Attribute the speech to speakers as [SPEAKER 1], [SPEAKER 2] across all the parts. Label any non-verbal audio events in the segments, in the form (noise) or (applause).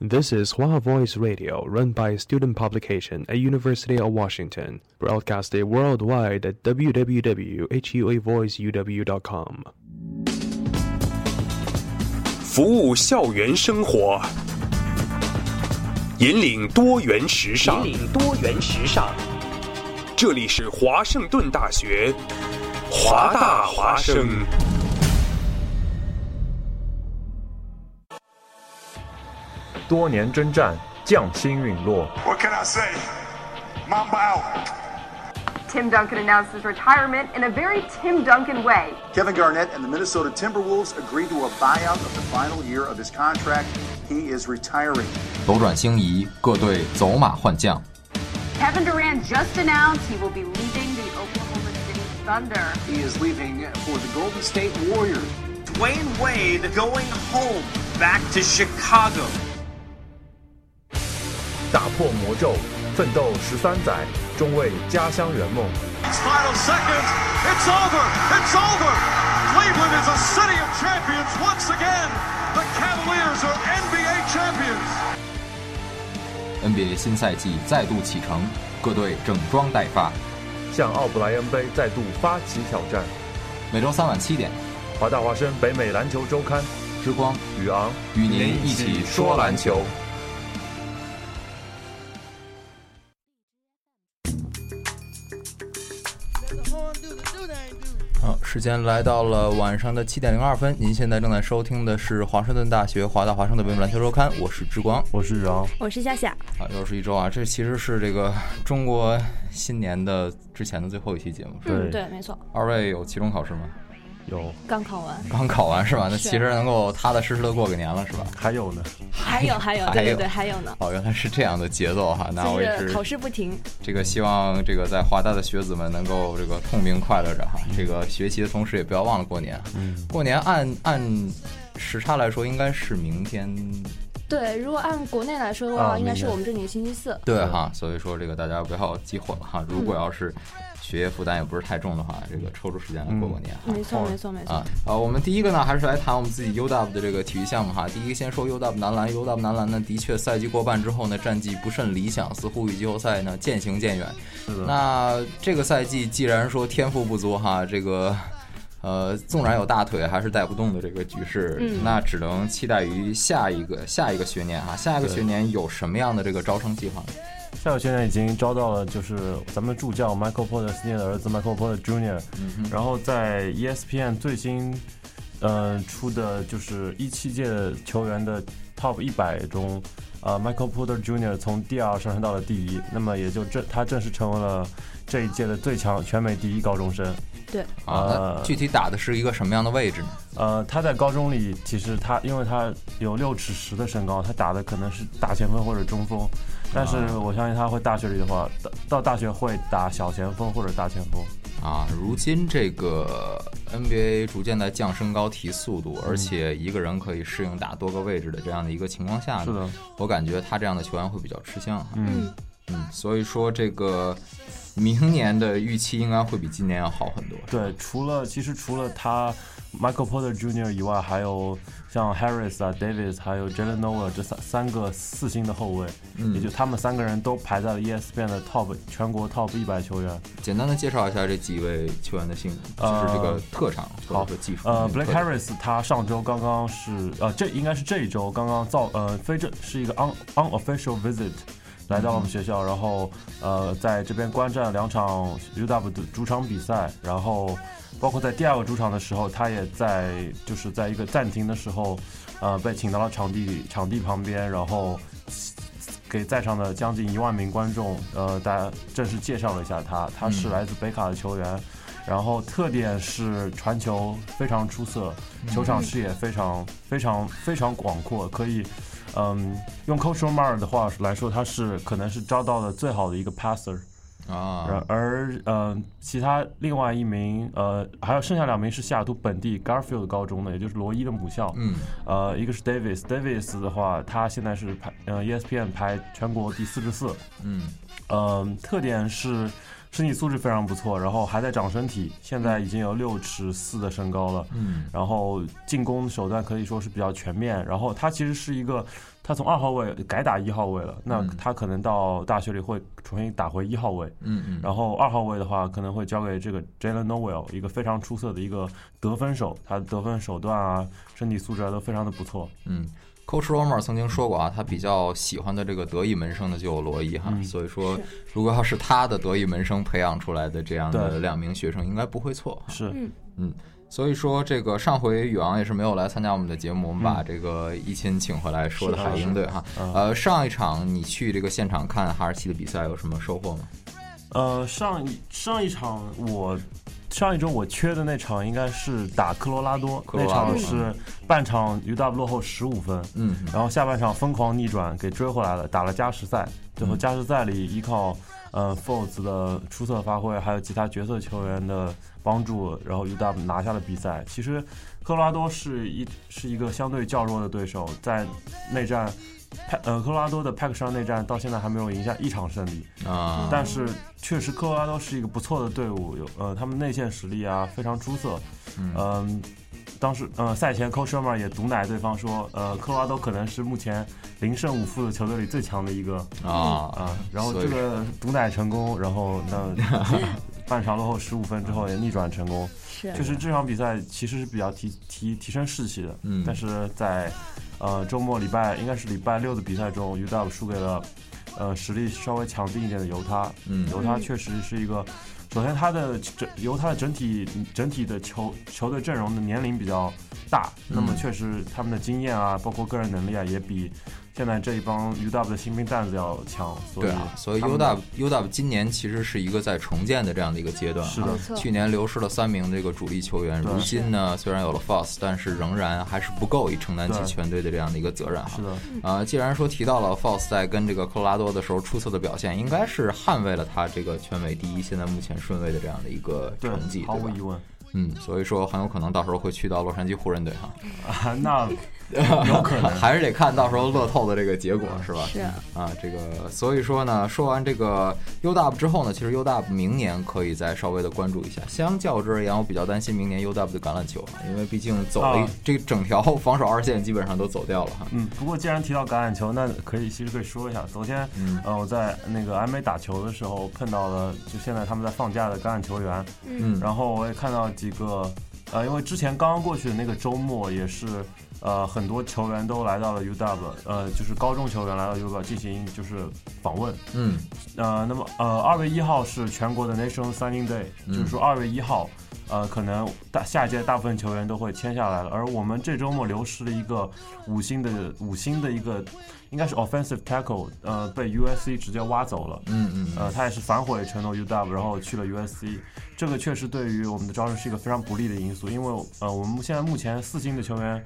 [SPEAKER 1] This is Hua Voice Radio, run by a student publication at University of Washington, broadcasted worldwide at www.huavoiceuw.com。
[SPEAKER 2] 服务校园生活，引领多元时尚。
[SPEAKER 3] 引领多元时尚。
[SPEAKER 2] 这里是华盛顿大学，华大华生。
[SPEAKER 4] 多年征战，匠心陨落，
[SPEAKER 5] What can I say? Mamba out.
[SPEAKER 6] Tim Duncan announced his retirement in a very Tim Duncan way.
[SPEAKER 7] Kevin Garnett and the Minnesota Timberwolves agreed to a buyout of the final year of his contract. He is retiring.
[SPEAKER 8] 斗转星移，各队走马换将。
[SPEAKER 6] Kevin Durant just announced he will be leaving the Oklahoma City Thunder.
[SPEAKER 7] He is leaving for the Golden State Warriors.
[SPEAKER 3] Dwayne Wade going home back to Chicago.
[SPEAKER 4] 打破魔咒，奋斗十三载，终为家乡圆梦。
[SPEAKER 9] It's final seconds. It's over. It's over. Cleveland is a city of champions once again. The Cavaliers are NBA champions.
[SPEAKER 8] NBA 新赛季再度启程，各队整装待发。
[SPEAKER 4] 向奥布莱恩杯再度发起挑战。
[SPEAKER 8] 每周三晚七点，
[SPEAKER 4] 华大华生北美篮球周刊，
[SPEAKER 8] 之光
[SPEAKER 4] 宇昂
[SPEAKER 8] 与您一起说篮球。好，时间来到了晚上的七点零二分。您现在正在收听的是华盛顿大学华大华生的《北美篮球周刊》，我是之光。
[SPEAKER 4] 我是宇昂。
[SPEAKER 10] 我是夏夏，
[SPEAKER 8] 啊，又是一周啊！这其实是这个中国新年的之前的最后一期节目。是吧
[SPEAKER 10] 嗯，对，没错，
[SPEAKER 8] 二位有期中考试吗？
[SPEAKER 4] 有，
[SPEAKER 10] 刚考完，
[SPEAKER 8] 刚考完是吧？那
[SPEAKER 10] 是
[SPEAKER 8] 其实能够踏踏实实的过个年了是吧？
[SPEAKER 4] 还有呢？
[SPEAKER 10] 还有还有， (laughs)
[SPEAKER 8] 还
[SPEAKER 10] 对对
[SPEAKER 8] 有
[SPEAKER 10] 对，还有呢，
[SPEAKER 8] 哦，原来是这样的节奏哈、那我
[SPEAKER 10] 就
[SPEAKER 8] 也
[SPEAKER 10] 是考
[SPEAKER 8] 是
[SPEAKER 10] 试不停，
[SPEAKER 8] 这个希望这个在华大的学子们能够这个痛并快乐着哈、这个学习的同时也不要忘了过年。嗯，过年按按时差来说应该是明天
[SPEAKER 10] 对，如果按国内来说的
[SPEAKER 4] 啊
[SPEAKER 10] 话，应该
[SPEAKER 4] 明
[SPEAKER 10] 是
[SPEAKER 4] 白
[SPEAKER 10] 我们这里的星期四，
[SPEAKER 8] 对嗯哈，所以说这个大家不要记混了哈。如果要是学业负担也不是太重的话，这个抽出时间来过过年哈。
[SPEAKER 10] 没错没错没错
[SPEAKER 8] 啊，，呃，我们第一个呢，还是来谈我们自己 UW 的这个体育项目哈。第一个先说 UW 男篮，UW 男篮呢，的确赛季过半之后呢，战绩不甚理想，似乎与季后赛呢渐行渐远。那这个赛季既然说天赋不足哈，这个。呃，纵然有大腿，还是带不动的这个局势，那只能期待于下一个下一个学年啊，下一个学年有什么样的这个招生计划呢？
[SPEAKER 4] 下个学年已经招到了，就是咱们助教 Michael Porter Sr 的儿子 Michael Porter Jr.，、然后在 E ESPN 最新，呃，出的就是一七届球员的 Top 一百中，呃，Michael Porter Jr. 从第二上升到了第一，那么也就正他正式成为了这一届的最强全美第一高中生。
[SPEAKER 10] 对，
[SPEAKER 8] 啊，那
[SPEAKER 4] 呃
[SPEAKER 8] 具体打的是一个什么样的位置呢？
[SPEAKER 4] 呃，他在高中里，其实他因为他有六尺十的身高，他打的可能是大前锋或者中锋，但是我相信他会大学里的话，到到大学会打小前锋或者大前锋。
[SPEAKER 8] 啊，如今这个 NBA 逐渐在降身高、提速度，
[SPEAKER 4] 嗯
[SPEAKER 8] 而且一个人可以适应打多个位置的这样的一个情况下，
[SPEAKER 4] 是的，
[SPEAKER 8] 我感觉他这样的球员会比较吃香哈。
[SPEAKER 4] 嗯，
[SPEAKER 8] 嗯，所以说这个明年的预期应该会比今年要好很多。是吧，
[SPEAKER 4] 对，除了其实除了他 Michael Porter Jr. 以外，还有像 Harris 啊、Davis 还有 Jalen Noah 这三三个四星的后卫，也就他们三个人都排在了 E ESPN 的 Top 全国 Top 一百球员。
[SPEAKER 8] 简单的介绍一下这几位球员的性，就是这个特长或
[SPEAKER 4] 呃好
[SPEAKER 8] 者说技术。嗯
[SPEAKER 4] 呃
[SPEAKER 8] 特
[SPEAKER 4] ，Blake
[SPEAKER 8] 点
[SPEAKER 4] Harris 他上周刚刚是呃，这应该是这一周刚刚造呃非正是一个 un unofficial visit 来到了我们学校，然后呃在这边观战两场 UW 的主场比赛，然后包括在第二个主场的时候，他也在就是在一个暂停的时候，呃被请到了场地场地旁边，然后。给在场的将近一万名观众，呃，大家正式介绍了一下他。他是来自北卡的球员，然后特点是传球非常出色，球场视野非常、非常非常广阔，可以，嗯，用 Coach m a r 的话来说，他是可能是招到的最好的一个 passer。然
[SPEAKER 8] 啊，
[SPEAKER 4] 而，嗯、其他另外一名，呃，还有剩下两名是西雅图本地 Garfield 高中的，也就是罗伊的母校。
[SPEAKER 8] 嗯，
[SPEAKER 4] 呃，一个是 Davis，Davis 的话，他现在是 E 排呃 ESPN 排全国第四十四。
[SPEAKER 8] 嗯，
[SPEAKER 4] 嗯，特点是身体素质非常不错，然后还在长身体，现在已经有六尺四的身高了，
[SPEAKER 8] 嗯，
[SPEAKER 4] 然后进攻手段可以说是比较全面，然后他其实是一个。他从二号位改打一号位了，那
[SPEAKER 8] 嗯
[SPEAKER 4] 他可能到大学里会重新打回一号位，
[SPEAKER 8] 嗯嗯，
[SPEAKER 4] 然后二号位的话，可能会交给这个 Jalen Noel，一个非常出色的一个得分手，他的得分手段啊、身体素质啊都非常的不错。
[SPEAKER 8] 嗯，Coach Romer 曾经说过啊，他比较喜欢的这个德裔门生呢就有罗伊哈，
[SPEAKER 4] 嗯
[SPEAKER 8] 所以说
[SPEAKER 10] 是
[SPEAKER 8] 如果要是他的德裔门生培养出来的这样的
[SPEAKER 4] 对
[SPEAKER 8] 两名学生，应该不会错。
[SPEAKER 4] 是，
[SPEAKER 10] 嗯
[SPEAKER 8] 所以说，这个上回宇昂也是没有来参加我们的节目，我们把这个一钦请回来，说的
[SPEAKER 4] 嗯是
[SPEAKER 8] 海
[SPEAKER 4] 的
[SPEAKER 8] 鹰队哈。呃，上一场你去这个现场看哈士奇的比赛有什么收获吗？
[SPEAKER 4] 呃，上一上一场我上一周我缺的那场应该是打科罗拉多，
[SPEAKER 8] 科罗拉多
[SPEAKER 4] 那场是半场 UW 落后十五分，
[SPEAKER 8] 嗯，
[SPEAKER 4] 然后下半场疯狂逆转给追回来了，打了加时赛，最
[SPEAKER 8] 嗯
[SPEAKER 4] 后加时赛里依靠呃 f o l d s 的出色发挥，还有其他角色球员的帮助，然后 UW 拿下了比赛。其实科罗拉多是一是一个相对较弱的对手，在内战。派呃，科罗拉多的派克山内战到现在还没有赢下一场胜利，
[SPEAKER 8] 啊、
[SPEAKER 4] 但是确实科罗拉多是一个不错的队伍，有呃他们内线实力啊非常出色，嗯、当时呃赛前 Coach Shermer 也毒奶对方说，呃科罗拉多可能是目前零胜五负的球队里最强的一个
[SPEAKER 8] 啊
[SPEAKER 4] 啊、然后
[SPEAKER 8] 所以
[SPEAKER 4] 这个毒奶成功，然后
[SPEAKER 8] (laughs)
[SPEAKER 4] 那半场落后十五分之后也逆转成功，
[SPEAKER 10] 是
[SPEAKER 4] 就是这场比赛其实是比较提提提升士气的，
[SPEAKER 8] 嗯
[SPEAKER 4] 但是在呃周末礼拜应该是礼拜六的比赛中，UW 输给了呃实力稍微强劲一点的犹他，
[SPEAKER 8] 嗯
[SPEAKER 4] 犹他确实是一个，首先他的整犹他的整体整体的球球队阵容的年龄比较大，那
[SPEAKER 8] 嗯
[SPEAKER 4] 么确实他们的经验啊，包括个人能力啊，也比现在这一帮 UW 的新兵蛋子要强，所以
[SPEAKER 8] 对啊，所以
[SPEAKER 4] 他们
[SPEAKER 8] U W U W 今年其实是一个在重建的这样的一个阶段啊。
[SPEAKER 4] 是的没
[SPEAKER 10] 错
[SPEAKER 8] 去年流失了三名这个主力球员，
[SPEAKER 4] 对
[SPEAKER 8] 如今呢虽然有了 Foss，但是仍然还是不够以承担起
[SPEAKER 4] 对
[SPEAKER 8] 全队的这样的一个责任哈。
[SPEAKER 4] 是的。
[SPEAKER 8] 啊，既然说提到了 Foss 在跟这个科罗拉多的时候出色的表现，应该是捍卫了他这个全美第一，现在目前顺位的这样的一个
[SPEAKER 4] 对
[SPEAKER 8] 成绩，
[SPEAKER 4] 毫
[SPEAKER 8] 对
[SPEAKER 4] 无
[SPEAKER 8] 吧
[SPEAKER 4] 疑？问 (laughs)
[SPEAKER 8] 嗯，所以说很有可能到时候会去到洛杉矶湖人队哈。
[SPEAKER 4] 啊，那有可能
[SPEAKER 8] (laughs) 还是得看到时候乐透的这个结果是吧？
[SPEAKER 10] 是
[SPEAKER 8] 啊，这个所以说呢，说完这个 UW 之后呢，其实 UW 明年可以再稍微的关注一下。相较之言，我比较担心明年 UW 的橄榄球啊，因为毕竟走了一、
[SPEAKER 4] 啊
[SPEAKER 8] 这整条 (laughs) 防守二线基本上都走掉了哈。
[SPEAKER 4] 嗯，不过既然提到橄榄球，那可以其实可以说一下，昨天、呃我在那个安美打球的时候碰到了，就现在他们在放假的橄榄球员，
[SPEAKER 8] 嗯
[SPEAKER 4] 然后我也看到几个，呃，因为之前刚刚过去的那个周末也是，呃，很多球员都来到了 UW，呃，就是高中球员来到 UW 进行就是访问，
[SPEAKER 8] 嗯
[SPEAKER 4] 呃，那么呃，二月一号是全国的 National Signing Day，、就是
[SPEAKER 8] 嗯
[SPEAKER 4] 说二月一号，呃，可能大下一届大部分球员都会签下来了。而我们这周末流失了一个五星的五星的一个，应该是 offensive tackle，呃，被 USC 直接挖走了。
[SPEAKER 8] 嗯嗯
[SPEAKER 4] 呃，他也是反悔承诺 UW，然后去了 USC，这个确实对于我们的招生是一个非常不利的因素，因为呃，我们现在目前四星的球员，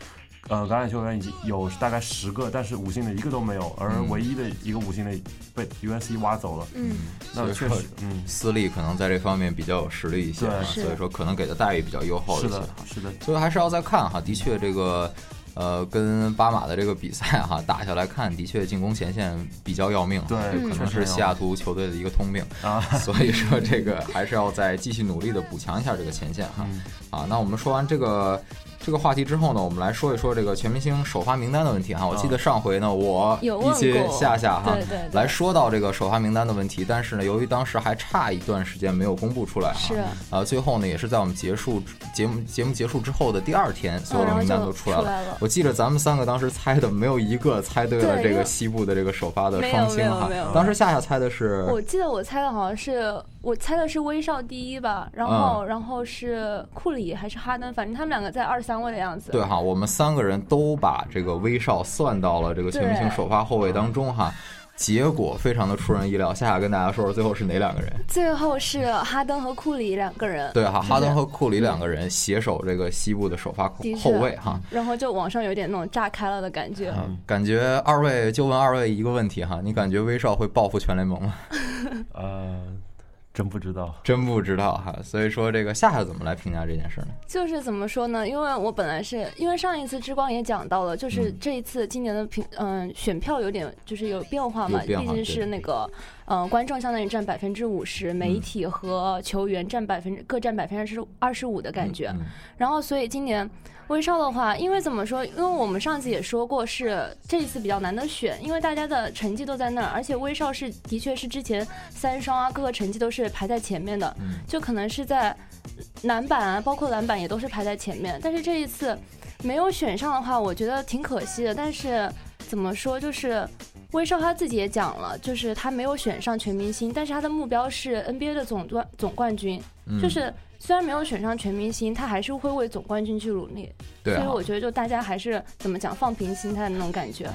[SPEAKER 4] 呃，橄榄球员已经有大概十个，但是五星的一个都没有，而唯一的一个五星的被 USC 挖走了，
[SPEAKER 10] 嗯
[SPEAKER 4] 那
[SPEAKER 8] 所以
[SPEAKER 4] 确
[SPEAKER 8] 说
[SPEAKER 4] 实，嗯，
[SPEAKER 8] 私立可能在这方面比较有实力一些啊，
[SPEAKER 4] 对
[SPEAKER 8] 所
[SPEAKER 10] 是
[SPEAKER 8] 以说可能给的待遇比较优厚一
[SPEAKER 4] 是
[SPEAKER 8] 些啊
[SPEAKER 4] 的
[SPEAKER 8] 哈。，
[SPEAKER 4] 是的，
[SPEAKER 8] 所以还是要再看哈。的确，这个呃，跟巴马的这个比赛哈打下来看，的确进攻前线比较要命哈，
[SPEAKER 4] 对
[SPEAKER 8] 这可能
[SPEAKER 4] 确实
[SPEAKER 8] 是
[SPEAKER 4] 要
[SPEAKER 8] 西雅图球队的一个通病
[SPEAKER 4] 啊
[SPEAKER 8] 所以说，这个还是要再继续努力的补强一下这个前线哈。
[SPEAKER 4] 嗯
[SPEAKER 8] 啊，那我们说完这个。这个话题之后呢，我们来说一说这个全明星首发名单的问题哈。我记
[SPEAKER 4] 啊
[SPEAKER 8] 得上回呢，我
[SPEAKER 10] 有
[SPEAKER 8] 一
[SPEAKER 10] 问
[SPEAKER 8] 些
[SPEAKER 10] 过
[SPEAKER 8] 夏夏哈
[SPEAKER 10] 对对对
[SPEAKER 8] 来说到这个首发名单的问题，但是呢，由于当时还差一段时间没有公布出来哈，
[SPEAKER 10] 是
[SPEAKER 8] 啊，最后呢，也是在我们结束节目节目结束之后的第二天，所有的
[SPEAKER 10] 嗯然后
[SPEAKER 8] 名单
[SPEAKER 10] 就
[SPEAKER 8] 都出来了。
[SPEAKER 10] 出来了
[SPEAKER 8] 我记得咱们三个当时猜的，没有一个猜对了
[SPEAKER 10] 对
[SPEAKER 8] 这
[SPEAKER 10] 因
[SPEAKER 8] 个
[SPEAKER 10] 为
[SPEAKER 8] 西部的这个首发的
[SPEAKER 10] 没有
[SPEAKER 8] 双星
[SPEAKER 10] 没有
[SPEAKER 8] 哈
[SPEAKER 10] 嗯没有。
[SPEAKER 8] 当时夏夏猜的是，
[SPEAKER 10] 我记得我猜的好像是我猜的是威少第一吧，然
[SPEAKER 8] 嗯
[SPEAKER 10] 后、然后是库里还是哈登，反正他们两个在二三位的样子。
[SPEAKER 8] 对哈，我们三个人都把这个威少算到了这个全明星
[SPEAKER 10] 对
[SPEAKER 8] 首发后卫当中
[SPEAKER 10] 啊
[SPEAKER 8] 哈。结果非常的出人意料，夏夏跟大家说说最后是哪两个人？
[SPEAKER 10] 最后是哈登和库里两个人，
[SPEAKER 8] 对哈，哈登和库里两个人携手这个西部的首发后
[SPEAKER 10] 的确
[SPEAKER 8] 后卫哈。嗯
[SPEAKER 10] 然后就网上有点那种炸开了的感觉。
[SPEAKER 8] 感觉二位就问二位一个问题哈，你感觉威少会报复全联盟吗？ (laughs)
[SPEAKER 4] 呃，真不知道，
[SPEAKER 8] 真不知道哈，所以说这个夏夏怎么来评价这件事呢？
[SPEAKER 10] 就是怎么说呢？因为我本来是因为上一次之光也讲到了，嗯就是这一次今年的评嗯、选票有点就是有变化嘛，
[SPEAKER 8] 有变
[SPEAKER 10] 毕
[SPEAKER 8] 化
[SPEAKER 10] 竟
[SPEAKER 8] 对嗯
[SPEAKER 10] 是那个嗯、呃，观众相当于占百分之五十，媒体和球员占百分之各占百分之二十五的感
[SPEAKER 8] 嗯
[SPEAKER 10] 觉。然后，所以今年威少的话，因为怎么说？因为我们上次也说过是，这一次比较难得选，因为大家的成绩都在那儿，而且威少是的确是之前三双啊各个成绩都是排在前面的，
[SPEAKER 8] 嗯
[SPEAKER 10] 就可能是在篮板啊，包括篮板也都是排在前面。但是这一次没有选上的话，我觉得挺可惜的。但是怎么说，就是威少他自己也讲了，就是他没有选上全明星，但是他的目标是 NBA 的总冠总冠军，
[SPEAKER 8] 嗯
[SPEAKER 10] 就是虽然没有选上全明星，他还是会为总冠军去努力。
[SPEAKER 8] 对啊
[SPEAKER 10] 所以我觉得就大家还是怎么讲，放平心态的那种感觉。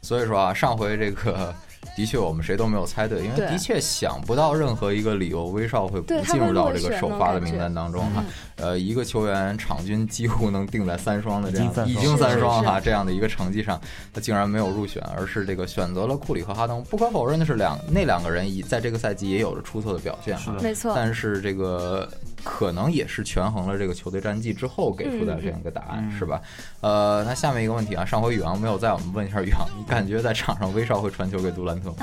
[SPEAKER 8] 所以说啊，上回这个 (laughs) 的确我们谁都没有猜对，因为
[SPEAKER 10] 对
[SPEAKER 8] 的确想不到任何一个理由威少会不
[SPEAKER 10] 对他
[SPEAKER 8] 进入
[SPEAKER 10] 会
[SPEAKER 8] 到
[SPEAKER 10] 落
[SPEAKER 8] 这个
[SPEAKER 10] 选那
[SPEAKER 8] 首
[SPEAKER 10] 种
[SPEAKER 8] 发的
[SPEAKER 10] 感
[SPEAKER 8] 名
[SPEAKER 10] 觉嗯
[SPEAKER 8] 单当中哈。呃，一个球员场均几乎能定在三双的这样
[SPEAKER 4] 已经三
[SPEAKER 8] 已
[SPEAKER 4] 双
[SPEAKER 8] 经
[SPEAKER 10] 是
[SPEAKER 8] 三
[SPEAKER 10] 是
[SPEAKER 8] 双
[SPEAKER 10] 是
[SPEAKER 8] 哈这样的一个成绩上，他竟然没有入选，而是这个选择了库里和哈登。不可否认的是两，那两个人也在这个赛季也有着出色的表现哈。
[SPEAKER 4] 是的
[SPEAKER 10] 没错，
[SPEAKER 8] 但是这个可能也是权衡了这个球队战绩之后给出的
[SPEAKER 10] 嗯
[SPEAKER 8] 这样一个答
[SPEAKER 4] 嗯
[SPEAKER 8] 案，是吧？呃，那下面一个问题啊，上回宇昂没有在，我们问一下宇昂，你感觉在场上威少会传球给杜
[SPEAKER 10] (laughs)
[SPEAKER 8] 兰特吗？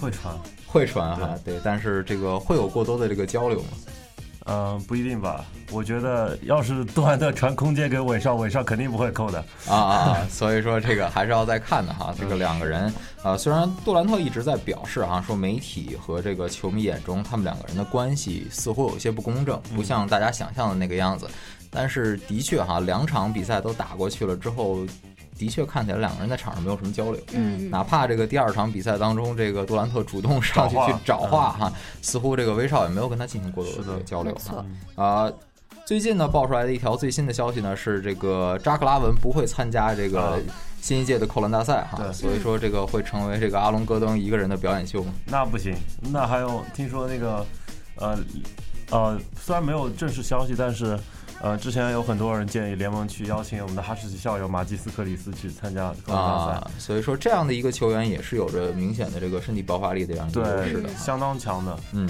[SPEAKER 4] 会传。
[SPEAKER 8] 会传啊哈，对，但是这个会有过多的这个交流吗？
[SPEAKER 4] 嗯，不一定吧。我觉得要是杜兰特传空间给韦少，韦少肯定不会扣的。
[SPEAKER 8] 啊啊啊！ (laughs) 所以说这个还是要再看的哈。这个两个人，呃，虽然杜兰特一直在表示哈，说媒体和这个球迷眼中他们两个人的关系似乎有些不公正，不像大家想象的那个样子。但是的确哈，两场比赛都打过去了之后。的确看起来两个人在场上没有什么交流，嗯，哪怕这个第二场比赛当中，这个杜兰特主动上去
[SPEAKER 4] 找话
[SPEAKER 8] 去找话哈，似乎这个威少也没有跟他进行过多的这个交流
[SPEAKER 10] 没
[SPEAKER 8] 哈
[SPEAKER 10] 错。
[SPEAKER 8] 啊，最近呢爆出来的一条最新的消息呢是，这个扎克拉文不会参加这
[SPEAKER 4] 啊
[SPEAKER 8] 个新一届的扣篮大赛哈，
[SPEAKER 4] 对
[SPEAKER 8] 所以说这个会成为这个阿隆戈登一个人的表演秀。啊
[SPEAKER 4] 那不行，那还有听说那个，呃，呃，虽然没有正式消息，但是，呃，之前有很多人建议联盟去邀请我们的哈士奇校友马基斯克里斯去参加个人大赛。
[SPEAKER 8] 啊，所以说这样的一个球员也是有着明显的这个身体爆发力的这样一个优势的
[SPEAKER 4] 对，，相当强的。
[SPEAKER 8] 嗯，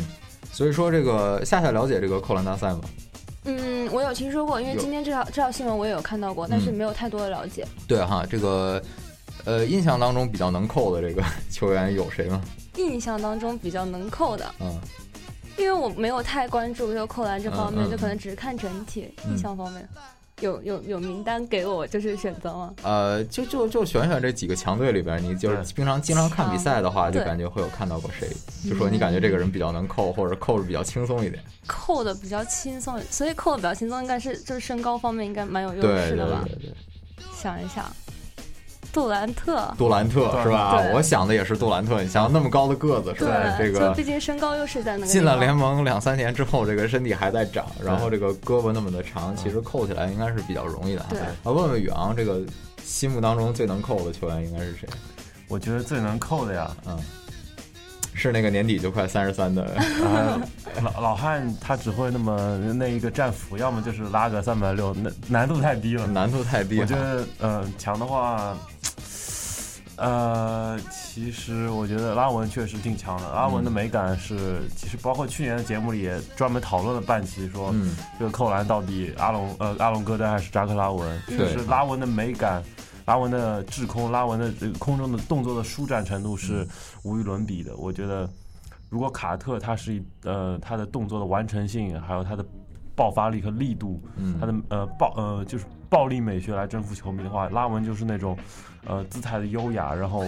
[SPEAKER 8] 所以说这个夏夏了解这个扣篮大赛吗？
[SPEAKER 10] 嗯，我有听说过，因为
[SPEAKER 8] 有
[SPEAKER 10] 今天这条这条新闻我也有看到过，但是没有太多的了解。
[SPEAKER 8] 对哈，这个呃印象当中比较能扣的这个 (laughs) 球员有谁吗？
[SPEAKER 10] 印象当中比较能扣的，
[SPEAKER 8] 嗯，
[SPEAKER 10] 因为我没有太关注就扣篮这方面，
[SPEAKER 8] 嗯嗯
[SPEAKER 10] 就可能只是看整体、
[SPEAKER 8] 嗯
[SPEAKER 10] 印象方面。有有有名单给我就是选择吗？
[SPEAKER 8] 呃，就就就选选这几个强队里边，你就是
[SPEAKER 4] 对
[SPEAKER 8] 平常经常看比赛的话，就
[SPEAKER 10] 对
[SPEAKER 8] 感觉会有看到过谁，就说你感觉这个
[SPEAKER 10] 嗯
[SPEAKER 8] 人比较能扣，或者扣着比较轻松一点。
[SPEAKER 10] 扣的比较轻松，所以扣的比较轻松，应该是就是身高方面应该蛮有优
[SPEAKER 8] 对
[SPEAKER 10] 势
[SPEAKER 8] 对
[SPEAKER 10] 的吧？
[SPEAKER 8] 对对，
[SPEAKER 10] 想一想，杜兰特，
[SPEAKER 8] 杜兰特是吧？
[SPEAKER 10] 对
[SPEAKER 8] 我想的也是杜兰特，你想那么高的个子是吧？这
[SPEAKER 10] 就
[SPEAKER 8] 个
[SPEAKER 10] 毕竟身高优势在那个地方
[SPEAKER 8] 进了联盟两三年之后，这个身体还在长，然后这个胳膊那么的
[SPEAKER 4] 嗯
[SPEAKER 8] 长，其实扣起来应该是比较容易的啊。
[SPEAKER 10] 对
[SPEAKER 8] 啊，问问宇昂，这个心目当中最能扣的球员应该是谁？
[SPEAKER 4] 我觉得最能扣的
[SPEAKER 8] (laughs)
[SPEAKER 4] 呀，
[SPEAKER 8] 嗯，是那个年底就快三十三的 (laughs)
[SPEAKER 4] 呃、老老汉他只会那么那一个战斧，要么就是拉个三百六，难难度太低了。
[SPEAKER 8] 难度太低了。
[SPEAKER 4] 我觉得，呃，强的话，呃，其实我觉得拉文确实挺强的。拉文的
[SPEAKER 8] 嗯
[SPEAKER 4] 美感是，其实包括去年的节目里也专门讨论了半期，说、
[SPEAKER 8] 嗯
[SPEAKER 4] 这个扣篮到底阿隆呃阿隆戈登还是扎克拉文，就
[SPEAKER 8] 对
[SPEAKER 4] 是拉文的美感。拉文的滞空，拉文的这个空中的动作的舒展程度是
[SPEAKER 8] 嗯
[SPEAKER 4] 无与伦比的。我觉得，如果卡特他是一呃他的动作的完成性，还有他的爆发力和力度，
[SPEAKER 8] 嗯
[SPEAKER 4] 他的呃暴呃就是暴力美学来征服球迷的话，拉文就是那种呃姿态的优雅，然后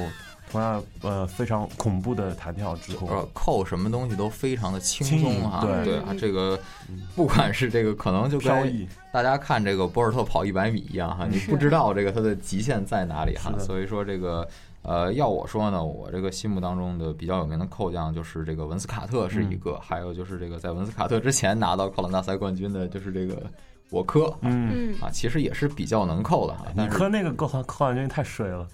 [SPEAKER 4] 同样呃非常恐怖的弹跳之空。
[SPEAKER 8] 呃，扣什么东西都非常的轻
[SPEAKER 4] 轻
[SPEAKER 8] 松
[SPEAKER 4] 盈
[SPEAKER 8] 啊，
[SPEAKER 4] 对
[SPEAKER 8] 对啊，这个不管是这个可能就
[SPEAKER 4] 飘
[SPEAKER 8] 跟
[SPEAKER 4] 逸嗯
[SPEAKER 8] 大家看这个博尔特跑一百米一样哈，你不知道这个它的极限在哪里哈，
[SPEAKER 4] 是的
[SPEAKER 8] 所以说这个。呃，要我说呢，我这个心目当中的比较有名的扣将就是这个文斯卡特是
[SPEAKER 4] 嗯
[SPEAKER 8] 一个，还有就是这个在文斯卡特之前拿到扣篮大赛冠军的，就是这个我科，
[SPEAKER 4] 嗯，
[SPEAKER 10] 嗯，
[SPEAKER 8] 啊，其实也是比较能扣的哈，
[SPEAKER 4] 你
[SPEAKER 8] 但是
[SPEAKER 4] 磕那个扣篮扣篮真是太水
[SPEAKER 8] (laughs)
[SPEAKER 4] 了，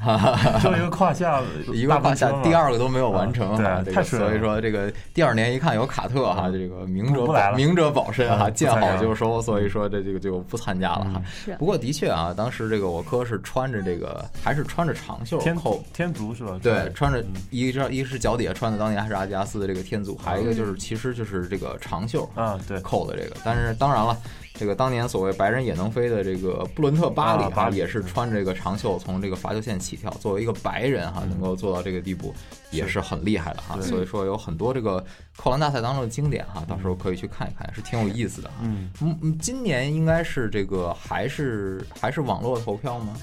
[SPEAKER 4] 就一个胯下，
[SPEAKER 8] 一个胯下
[SPEAKER 4] 大半车，嘛
[SPEAKER 8] 第二个都没有完成哈，
[SPEAKER 4] 嗯
[SPEAKER 8] 这
[SPEAKER 4] 对
[SPEAKER 8] 个
[SPEAKER 4] 太水了
[SPEAKER 8] 所以说这个第二年一看有卡特哈，这个明哲
[SPEAKER 4] 不来
[SPEAKER 8] 保
[SPEAKER 4] 了
[SPEAKER 8] 明哲保身哈，
[SPEAKER 4] 嗯
[SPEAKER 8] 见
[SPEAKER 4] 不参
[SPEAKER 8] 好
[SPEAKER 4] 加了嗯
[SPEAKER 8] 就收，所以说这这个就不参加了哈。
[SPEAKER 10] 是
[SPEAKER 8] 不过的确啊，当时这个我科是穿着这个还是穿着长袖
[SPEAKER 4] 天嗯
[SPEAKER 8] 扣
[SPEAKER 4] 足。天足是吧？
[SPEAKER 8] 对，穿着一只一是脚底下穿的，当年还是阿迪
[SPEAKER 4] 嗯
[SPEAKER 8] 达斯的这个天组，还有一个就是其实就是这个长袖
[SPEAKER 4] 啊对
[SPEAKER 8] 扣的这个。但是当然了，这个当年所谓白人也能飞的这个布伦特巴里
[SPEAKER 4] 啊
[SPEAKER 8] 啊，
[SPEAKER 4] 巴里
[SPEAKER 8] 也是穿着这个长袖从这个罚球线起跳，作为一个白人
[SPEAKER 4] 嗯
[SPEAKER 8] 哈、能够做到这个地步，也是很厉害的哈、所以说有很多这个扣篮大赛当中的经典哈、到时候可以去看一看，是挺有意思的哈、
[SPEAKER 4] 嗯
[SPEAKER 8] 嗯嗯，今年应该是这个还是还是网络投票吗？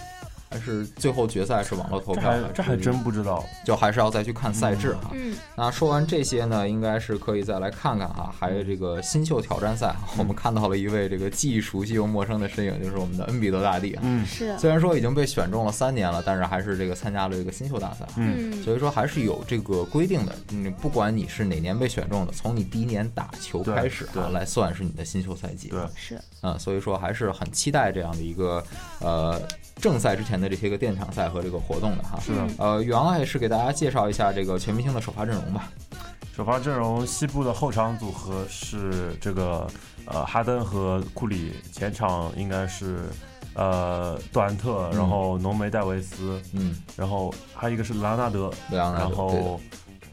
[SPEAKER 8] 还是最后决赛是网络投
[SPEAKER 4] 这
[SPEAKER 8] 票？
[SPEAKER 4] 还这还
[SPEAKER 8] 是
[SPEAKER 4] 真不知道。
[SPEAKER 8] 就还是要再去看赛制哈。
[SPEAKER 10] 嗯，
[SPEAKER 8] 那说完这些呢，应该是可以再来看看哈，还有这个新秀挑战赛哈，
[SPEAKER 4] 嗯
[SPEAKER 8] 我们看到了一位这个既熟悉又陌生的身影，就是我们的恩比德大帝哈。啊
[SPEAKER 4] 嗯
[SPEAKER 10] 是，啊
[SPEAKER 8] 虽然说已经被选中了三年了，但是还是这个参加了这个新秀大赛，啊
[SPEAKER 10] 嗯，
[SPEAKER 8] 所以说还是有这个规定的。你不管你是哪年被选中的，从你第一年打球
[SPEAKER 4] 对
[SPEAKER 8] 开始啊
[SPEAKER 4] 对
[SPEAKER 8] 来算是你的新秀赛季。
[SPEAKER 4] 对
[SPEAKER 10] 是，
[SPEAKER 8] 嗯，所以说还是很期待这样的一个呃正赛之前的这些个垫场赛和这个活动的哈。是
[SPEAKER 10] 的
[SPEAKER 8] 呃，远昂也是给大家介绍一下这个全明星的首发阵容吧。
[SPEAKER 4] 首发阵容，西部的后场组合是这个呃哈登和库里，前场应该是呃杜兰特，然后浓眉戴维斯，
[SPEAKER 8] 嗯，
[SPEAKER 4] 然后还有一个是莱昂纳德，
[SPEAKER 8] 莱昂纳德
[SPEAKER 4] 然
[SPEAKER 8] 对啊的
[SPEAKER 4] 后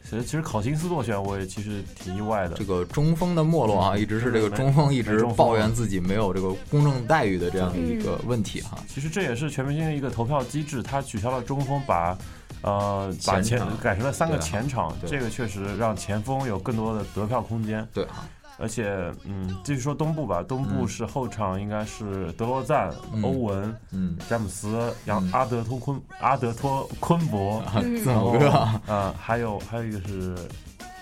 [SPEAKER 4] 其实其实考辛斯落选，我也其实挺意外的
[SPEAKER 8] 这。个中锋的没落啊，一直是这个
[SPEAKER 4] 嗯没
[SPEAKER 8] 中锋一
[SPEAKER 4] 没
[SPEAKER 8] 直
[SPEAKER 4] 中锋
[SPEAKER 8] 抱怨自己没有这个公正待遇的这样的一
[SPEAKER 10] 嗯
[SPEAKER 8] 个问题哈。
[SPEAKER 4] 其实这也是全明星的一个投票机制，它取消了中锋，把呃把
[SPEAKER 8] 前
[SPEAKER 4] 前
[SPEAKER 8] 场
[SPEAKER 4] 改成了三个
[SPEAKER 8] 对啊
[SPEAKER 4] 前场，
[SPEAKER 8] 对
[SPEAKER 4] 这个确实让前锋有更多的得票空间。
[SPEAKER 8] 对哈，
[SPEAKER 4] 而且，嗯，继续说东部吧，东部是后场应该是德罗赞、
[SPEAKER 8] 嗯
[SPEAKER 4] 欧文、
[SPEAKER 8] 嗯，
[SPEAKER 4] 詹姆斯、杨、
[SPEAKER 8] 嗯
[SPEAKER 4] 阿德托昆、阿德托昆博，
[SPEAKER 8] 字母哥啊，
[SPEAKER 4] 呃，还有还有一个是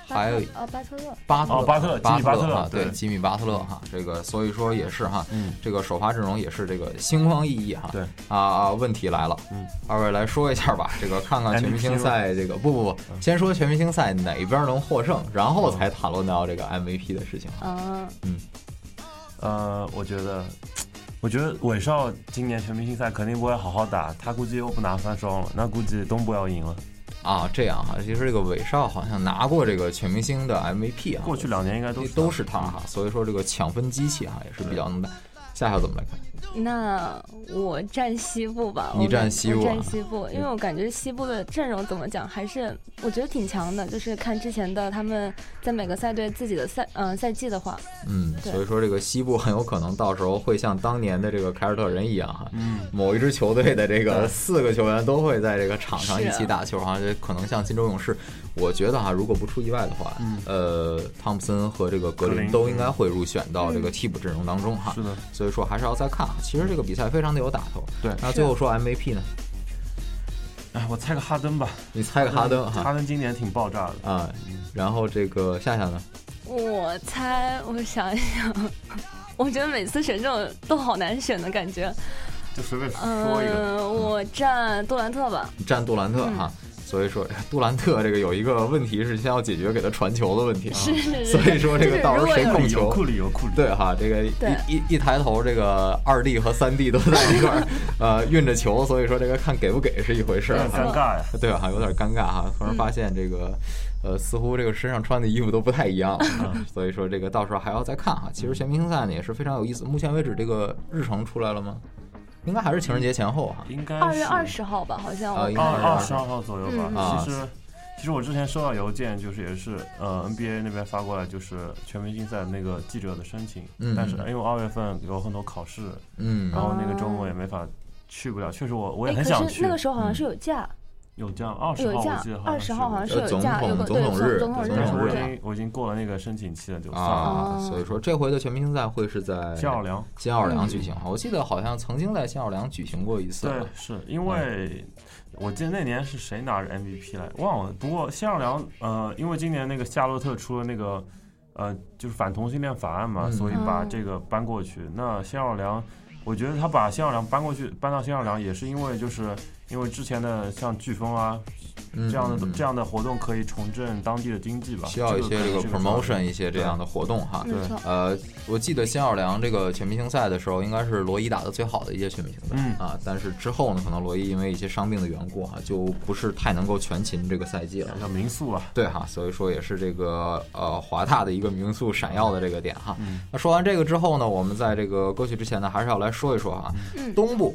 [SPEAKER 8] 还有
[SPEAKER 10] 呃巴特勒，
[SPEAKER 8] (laughs) 巴特勒
[SPEAKER 4] 哦巴特勒吉米
[SPEAKER 8] 巴
[SPEAKER 4] 巴特勒
[SPEAKER 8] 啊，对，
[SPEAKER 4] 对
[SPEAKER 8] 吉米巴特勒哈，这个所以说也是哈，
[SPEAKER 4] 嗯
[SPEAKER 8] 这个首发阵容也是这个星光熠熠哈。
[SPEAKER 4] 对
[SPEAKER 8] 啊啊，问题来了，
[SPEAKER 4] 嗯，
[SPEAKER 8] 二位来说一下吧，这个看看
[SPEAKER 4] MVP
[SPEAKER 8] 全明星赛这个不不不，
[SPEAKER 4] 嗯
[SPEAKER 8] 先说全明星赛哪边能获胜，然
[SPEAKER 4] 哦
[SPEAKER 8] 后才谈论到这个 MVP 的事情。
[SPEAKER 10] 嗯，
[SPEAKER 4] 呃，我觉得，我觉得韦少今年全明星赛肯定不会好好打，他估计又不拿三双了，那估计东部要赢了。
[SPEAKER 8] 啊，这样哈，其实这个韦少好像拿过这个全明星的 MVP 啊，
[SPEAKER 4] 过去两年应该都是
[SPEAKER 8] 都是他哈，所以说这个抢分机器哈也是比较能打。下一条怎么来看？
[SPEAKER 10] 那我站西部吧，
[SPEAKER 8] 你
[SPEAKER 10] 我
[SPEAKER 8] 站
[SPEAKER 10] 感
[SPEAKER 8] 西部
[SPEAKER 10] 我
[SPEAKER 8] 啊
[SPEAKER 10] 站西部，因为我感觉西部的阵容怎么讲，还是我觉得挺强的，就是看之前的他们在每个赛队自己的赛嗯、赛季的话，
[SPEAKER 8] 嗯，
[SPEAKER 10] 对
[SPEAKER 8] 所以说这个西部很有可能到时候会像当年的这个凯尔特人一样哈，某一支球队的这个四个球员都会在这个场上
[SPEAKER 10] 是
[SPEAKER 8] 一
[SPEAKER 10] 啊
[SPEAKER 8] 起打球哈，这可能像金州勇士，我觉得哈，如果不出意外的话，呃，汤普森和这个格
[SPEAKER 4] 格
[SPEAKER 8] 林
[SPEAKER 4] 林
[SPEAKER 8] 都应该会入选到这个替补阵容当中哈，
[SPEAKER 4] 是的，
[SPEAKER 8] 所以说还是要再看哈。其实这个比赛非常的有打头。
[SPEAKER 4] 对
[SPEAKER 8] 那最后说 MVP 呢？
[SPEAKER 4] 哎，我猜个哈登吧，
[SPEAKER 8] 你猜个哈登
[SPEAKER 4] 哈
[SPEAKER 8] 哈
[SPEAKER 4] 登今年挺爆炸的，
[SPEAKER 10] 呃
[SPEAKER 8] 啊，然后这个夏夏呢？
[SPEAKER 10] 我猜，我想一想， (laughs) 我觉得每次选这种都好难选的感觉，
[SPEAKER 4] 就随便
[SPEAKER 10] 嗯、
[SPEAKER 4] 说一个。
[SPEAKER 10] 我站杜兰特吧，
[SPEAKER 8] 占杜兰特
[SPEAKER 10] 嗯
[SPEAKER 8] 哈。所以说，杜兰特这个有一个问题是先要解决给他传球的问题啊，
[SPEAKER 10] 是是是
[SPEAKER 8] 所以说这
[SPEAKER 10] 就
[SPEAKER 8] 个
[SPEAKER 10] 是
[SPEAKER 8] 到时
[SPEAKER 10] 如
[SPEAKER 8] 候
[SPEAKER 10] 果
[SPEAKER 8] 谁
[SPEAKER 10] 有
[SPEAKER 8] 控
[SPEAKER 4] 有
[SPEAKER 8] 球
[SPEAKER 4] 库，里有库里，
[SPEAKER 8] 对哈，这个
[SPEAKER 10] 对
[SPEAKER 8] 一一一抬头，这个二弟和三弟都在一
[SPEAKER 10] (laughs)
[SPEAKER 8] 块儿，呃，运着球，所以说这个看给不给是一回事
[SPEAKER 4] 有
[SPEAKER 8] 儿
[SPEAKER 4] 点尴
[SPEAKER 8] 哈，
[SPEAKER 4] 尬呀。
[SPEAKER 8] 对哈，有点尴尬哈，突然发现这个，
[SPEAKER 10] 嗯
[SPEAKER 8] 呃，似乎这个身上穿的衣服都不太一样了，所以说这个到时候还要再看哈。其实全明星赛呢也是非常有意思，目前为止这个日程出来了吗？应该还是情人节前后哈，
[SPEAKER 4] 应该
[SPEAKER 10] 二月
[SPEAKER 4] 是
[SPEAKER 10] 二十号吧，好像
[SPEAKER 8] 啊
[SPEAKER 10] 我
[SPEAKER 8] 应该
[SPEAKER 10] 看
[SPEAKER 4] 二二哦十二号左右吧。
[SPEAKER 10] 嗯
[SPEAKER 8] 啊
[SPEAKER 4] 其实，其实我之前收到邮件，就是也是呃 NBA 那边发过来，就是全明星赛那个记者的申请，
[SPEAKER 8] 嗯
[SPEAKER 4] 但是因为我二月份有很多考试，
[SPEAKER 8] 嗯
[SPEAKER 4] 然后那个周末也没法去不了。确实我，我
[SPEAKER 10] 哦
[SPEAKER 4] 也
[SPEAKER 10] 哎，
[SPEAKER 4] 很想
[SPEAKER 10] 可是
[SPEAKER 4] 去。
[SPEAKER 10] 那个时候好像是有假，
[SPEAKER 4] 有这样二十
[SPEAKER 10] 有
[SPEAKER 4] 号，我
[SPEAKER 10] 假
[SPEAKER 4] 记得，
[SPEAKER 10] 二十号好像
[SPEAKER 4] 是
[SPEAKER 10] 是有
[SPEAKER 8] 呃总
[SPEAKER 10] 假，有
[SPEAKER 8] 统
[SPEAKER 10] 个
[SPEAKER 8] 总
[SPEAKER 10] 对
[SPEAKER 8] 统日
[SPEAKER 10] 总统
[SPEAKER 8] 对
[SPEAKER 10] 日
[SPEAKER 8] 总
[SPEAKER 4] 但是
[SPEAKER 8] 统
[SPEAKER 4] 我已
[SPEAKER 8] 日
[SPEAKER 10] 对
[SPEAKER 4] 经我已经过了那个申请期了，就算了。
[SPEAKER 8] 啊，
[SPEAKER 10] 哦
[SPEAKER 8] 所以说这回的全明星赛会是在
[SPEAKER 4] 新奥尔良，
[SPEAKER 8] 新奥尔良举行。
[SPEAKER 10] 嗯
[SPEAKER 8] 我记得好像曾经在新奥尔良举行过一次。
[SPEAKER 4] 对，是因为
[SPEAKER 8] 嗯
[SPEAKER 4] 我记得那年是谁拿着 MVP 来忘了。不过新奥尔良，呃，因为今年那个夏洛特出了那个，呃，就是反同性恋法案嘛，
[SPEAKER 8] 嗯
[SPEAKER 4] 所以把这个搬过去。那新奥尔良，我觉得他把新奥尔良搬过去，搬到新奥尔良也是因为就是因为之前的像飓风啊
[SPEAKER 8] 嗯
[SPEAKER 4] 这样的、
[SPEAKER 8] 嗯嗯
[SPEAKER 4] 这样的活动可以重振当地的经济吧，
[SPEAKER 8] 需要一些这
[SPEAKER 4] 这
[SPEAKER 8] 个
[SPEAKER 4] 可能是方面
[SPEAKER 8] promotion 一些这样的活动哈。
[SPEAKER 10] 没错，
[SPEAKER 8] 呃，我记得新奥尔良这个全明星赛的时候，应该是罗伊打的最好的一届全明星赛、
[SPEAKER 4] 嗯
[SPEAKER 8] 啊。但是之后呢，可能罗伊因为一些伤病的缘故哈、就不是太能够全勤这个赛季了。
[SPEAKER 4] 叫民宿啊，
[SPEAKER 8] 对哈，所以说也是这个呃华大的一个名宿闪耀的这个点哈。那说完这个之后呢，我们在这个歌曲之前呢，还是要来说一说哈，
[SPEAKER 10] 嗯
[SPEAKER 8] 东部。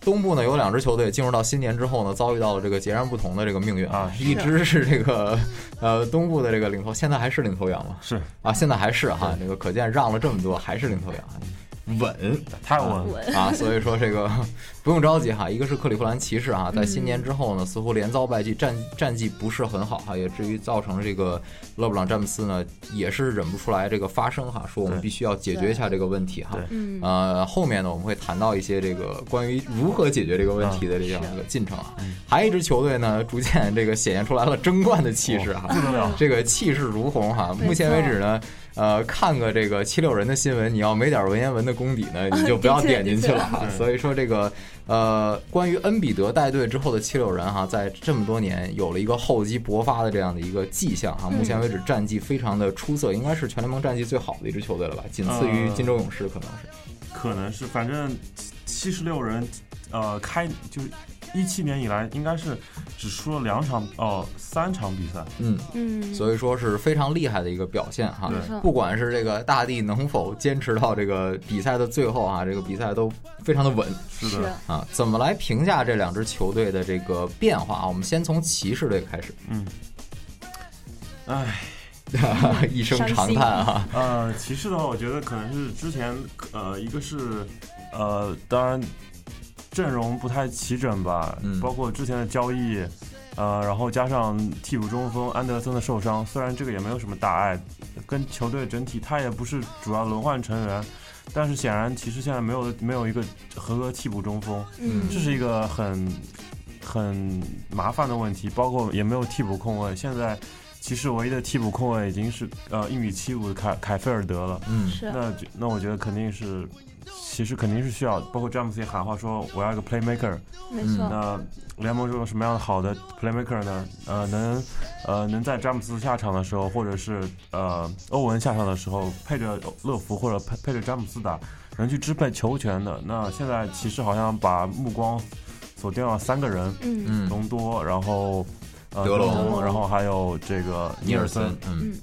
[SPEAKER 8] 东部呢有两支球队进入到新年之后呢，遭遇到了这个截然不同的这个命运
[SPEAKER 4] 啊是
[SPEAKER 8] 一支是这个呃东部的这个领头，现在还是领头羊吗？
[SPEAKER 4] 是
[SPEAKER 8] 啊，现在还是哈，这个可见让了这么多，还是领头羊。稳，
[SPEAKER 4] 太稳
[SPEAKER 10] 稳
[SPEAKER 8] 啊！所以说这个不用着急哈。一个是克利夫兰骑士啊，在新年之后呢，似乎连遭败绩，战战绩不是很好哈，也至于造成这个勒布朗詹姆斯呢，也是忍不出来这个发声哈，说我们
[SPEAKER 4] 对
[SPEAKER 8] 必须要解决一下这个问题哈
[SPEAKER 4] 对。
[SPEAKER 10] 嗯
[SPEAKER 8] 呃，后面呢，我们会谈到一些这个关于如何解决这个问题的这样一个进程啊。还有一支球队呢，逐渐这个显现出来了争冠的气势哈，
[SPEAKER 4] 不得了。
[SPEAKER 8] 哦这个气势如虹哈。
[SPEAKER 10] 没错
[SPEAKER 8] 目前为止呢，呃，看个这个七六人的新闻，你要没点文言文的功底呢，
[SPEAKER 10] (laughs)
[SPEAKER 8] 你 (laughs) 就不要
[SPEAKER 10] 的确
[SPEAKER 8] 点进去了哈
[SPEAKER 4] 的。确
[SPEAKER 8] 所以说这个呃，关于恩比德带队之后的七六人哈，在这么多年有了一个厚积薄发的这样的一个迹象哈。目前为止战绩非常的出色，应该是全联盟战绩最好的一支球队了吧，仅次于
[SPEAKER 4] 呃
[SPEAKER 8] 金州勇士可能是。嗯
[SPEAKER 4] 可能是，反正七十六人，呃，开就是一七年以来，应该是只输了两场哦、三场比赛。
[SPEAKER 8] 嗯，
[SPEAKER 10] 嗯，
[SPEAKER 8] 所以说是非常厉害的一个表现哈
[SPEAKER 4] 对。
[SPEAKER 8] 不管是这个大帝能否坚持到这个比赛的最后啊，这个比赛都非常的稳
[SPEAKER 4] 是的，
[SPEAKER 8] 啊。怎么来评价这两支球队的这个变化啊？我们先从骑士队开始，
[SPEAKER 4] 唉，
[SPEAKER 8] 一声长叹啊。
[SPEAKER 4] (laughs) 呃，骑士的话，我觉得可能是之前呃，一个是呃，当然阵容不太齐整吧，
[SPEAKER 8] 嗯
[SPEAKER 4] 包括之前的交易。呃，然后加上替补中锋安德森的受伤，虽然这个也没有什么大碍，跟球队整体他也不是主要轮换成员，但是显然骑士现在没有没有一个合格替补中锋，
[SPEAKER 10] 嗯
[SPEAKER 4] 这是一个很很麻烦的问题，包括也没有替补控卫。现在其实唯一的替补控卫已经是呃一米七五的凯凯菲尔德了。
[SPEAKER 8] 嗯
[SPEAKER 10] 是
[SPEAKER 4] 那就那我觉得肯定是，其实肯定是需要，包括詹姆斯也喊话说我要一个 playmaker。
[SPEAKER 10] 没错，
[SPEAKER 4] 嗯那联盟中有什么样的好的 playmaker 呢？呃，能呃能在詹姆斯下场的时候，或者是呃欧文下场的时候，配着乐福或者配配着詹姆斯打，能去支配球权的。那现在骑士好像把目光锁定了三个人，
[SPEAKER 10] 嗯
[SPEAKER 8] 嗯，
[SPEAKER 4] 隆多，然后。呃
[SPEAKER 8] 德隆
[SPEAKER 4] 然后还有这个
[SPEAKER 8] 尼尔
[SPEAKER 4] 森
[SPEAKER 8] 森，，嗯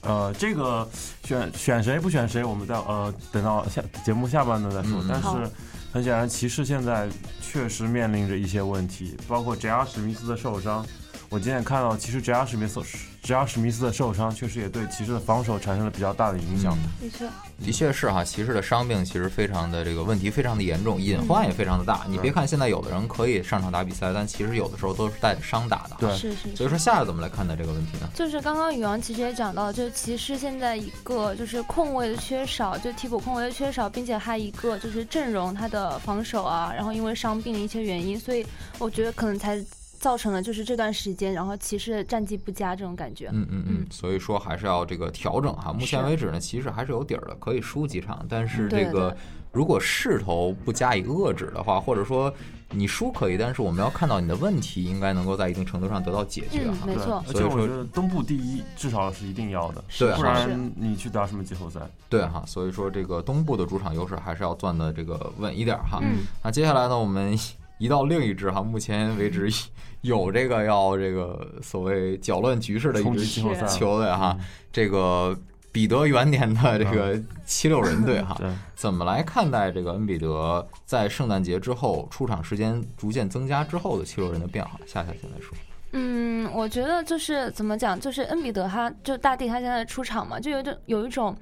[SPEAKER 4] 呃，这个选选谁不选谁，我们在呃等到下节目下半段再说。
[SPEAKER 8] 嗯
[SPEAKER 4] 但
[SPEAKER 10] 好
[SPEAKER 4] 是很显然，骑士现在确实面临着一些问题，包括 J.R. 史密斯的受伤。我今天也看到，其实 J.R. 史密斯 J.R. 史密斯的受伤确实也对骑士的防守产生了比较大的影响。
[SPEAKER 10] 的确，
[SPEAKER 8] 的确是哈，骑士的伤病其实非常的这个问题非常的严重，隐患也非常的大。你别看现在有的人可以上场打比赛，但其实有的时候都是带着伤打的。啊
[SPEAKER 4] 对，
[SPEAKER 10] 是是
[SPEAKER 8] 所以说下来怎么来看待这个问题呢？
[SPEAKER 10] 就是刚刚宇昂其实也讲到，就是骑士现在一个就是控卫的缺少，就替补控卫的缺少，并且还一个就是阵容他的防守啊，然后因为伤病的一些原因，所以我觉得可能才造成了就是这段时间，然后骑士的战绩不佳这种感觉。
[SPEAKER 8] 嗯嗯嗯
[SPEAKER 10] 嗯，
[SPEAKER 8] 所以说还是要这个调整哈。目前为止呢，其实还是有底儿的，可以输几场，但是这
[SPEAKER 10] 嗯对
[SPEAKER 8] 个
[SPEAKER 10] 对
[SPEAKER 8] 如果势头不加以遏制的话，或者说你输可以，但是我们要看到你的问题应该能够在一定程度上得到解决
[SPEAKER 10] 嗯
[SPEAKER 8] 哈，。
[SPEAKER 10] 没
[SPEAKER 4] 对
[SPEAKER 10] 错，
[SPEAKER 4] 而
[SPEAKER 8] 所以
[SPEAKER 4] 且我
[SPEAKER 8] 说
[SPEAKER 4] 觉得东部第一至少是一啊定要的，
[SPEAKER 8] 对
[SPEAKER 4] 不
[SPEAKER 8] 哈
[SPEAKER 4] 然你去打什么季后赛？
[SPEAKER 8] 对哈，所以说这个东部的主场优势还是要攥的这个稳一点儿哈。
[SPEAKER 10] 嗯
[SPEAKER 8] 那接下来呢，我们移到另一支哈，目前为止有这个要这个所谓搅乱局势的一
[SPEAKER 4] 冲
[SPEAKER 8] 支
[SPEAKER 4] 击季后赛嗯
[SPEAKER 8] 球队哈，这个彼得元年的这个七六人队哈，
[SPEAKER 4] (laughs) 对，
[SPEAKER 8] 怎么来看待这个恩比德在圣诞节之后出场时间逐渐增加之后的七六人的变化？夏夏先来说，
[SPEAKER 10] 嗯，我觉得就是怎么讲，就是恩比德他就大帝他现在出场嘛，就有一种有一种，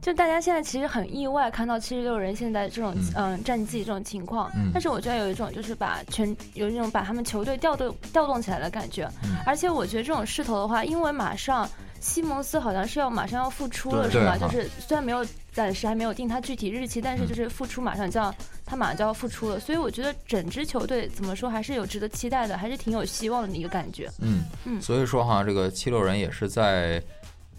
[SPEAKER 10] 就大家现在其实很意外看到七十六人现在这种嗯、战绩这种情况，
[SPEAKER 8] 嗯
[SPEAKER 10] 但是我觉得有一种就是把全有一种把他们球队调动调动起来的感觉，
[SPEAKER 8] 嗯
[SPEAKER 10] 而且我觉得这种势头的话，因为马上西蒙斯好像是要马上要复出了
[SPEAKER 8] 对
[SPEAKER 10] 是吧？
[SPEAKER 8] 对嗯
[SPEAKER 10] 就是虽然没有暂时还没有定他具体日期，但是就是复出马上就要。他马上就要复出了，所以我觉得整支球队怎么说还是有值得期待的，还是挺有希望的一个感觉。
[SPEAKER 8] 嗯，
[SPEAKER 10] 嗯
[SPEAKER 8] 所以说哈，这个七六人也是在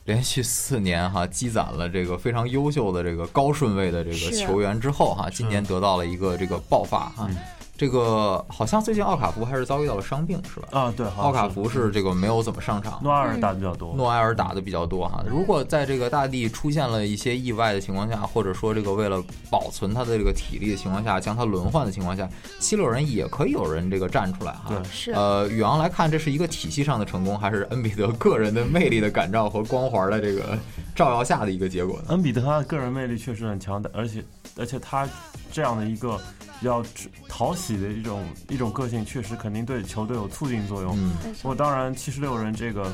[SPEAKER 8] 连续四年哈积攒了这个非常优秀的这个高顺位的这个
[SPEAKER 10] 是
[SPEAKER 8] 球员之后哈，今年得到了一个这个爆发
[SPEAKER 4] 嗯
[SPEAKER 8] 哈。这个好像最近奥卡福还是遭遇到了伤病是吧？
[SPEAKER 4] 啊，对，好
[SPEAKER 8] 奥卡
[SPEAKER 4] 是嗯
[SPEAKER 8] 福是这个没有怎么上场，
[SPEAKER 4] 诺埃尔打的比较多，
[SPEAKER 8] 诺埃尔打的比较多哈。如果在这个大地出现了一些意外的情况下，或者说这个为了保存他的这个体力的情况下，将他轮换的情况下，七六人也可以有人这个站出来哈。
[SPEAKER 4] 对
[SPEAKER 10] 是
[SPEAKER 8] 呃，宇昂来看，这是一个体系上的成功，还是恩比德个人的魅力的感召和光环的这个照耀下的一个结果呢？
[SPEAKER 4] 嗯恩比德他的个人魅力确实很强，但而且而且他这样的一个比较讨喜的一种一种个性，确实肯定对球队有促进作用。
[SPEAKER 8] 嗯
[SPEAKER 10] 没
[SPEAKER 4] 不过
[SPEAKER 10] 错，
[SPEAKER 4] 当然，七十六人这个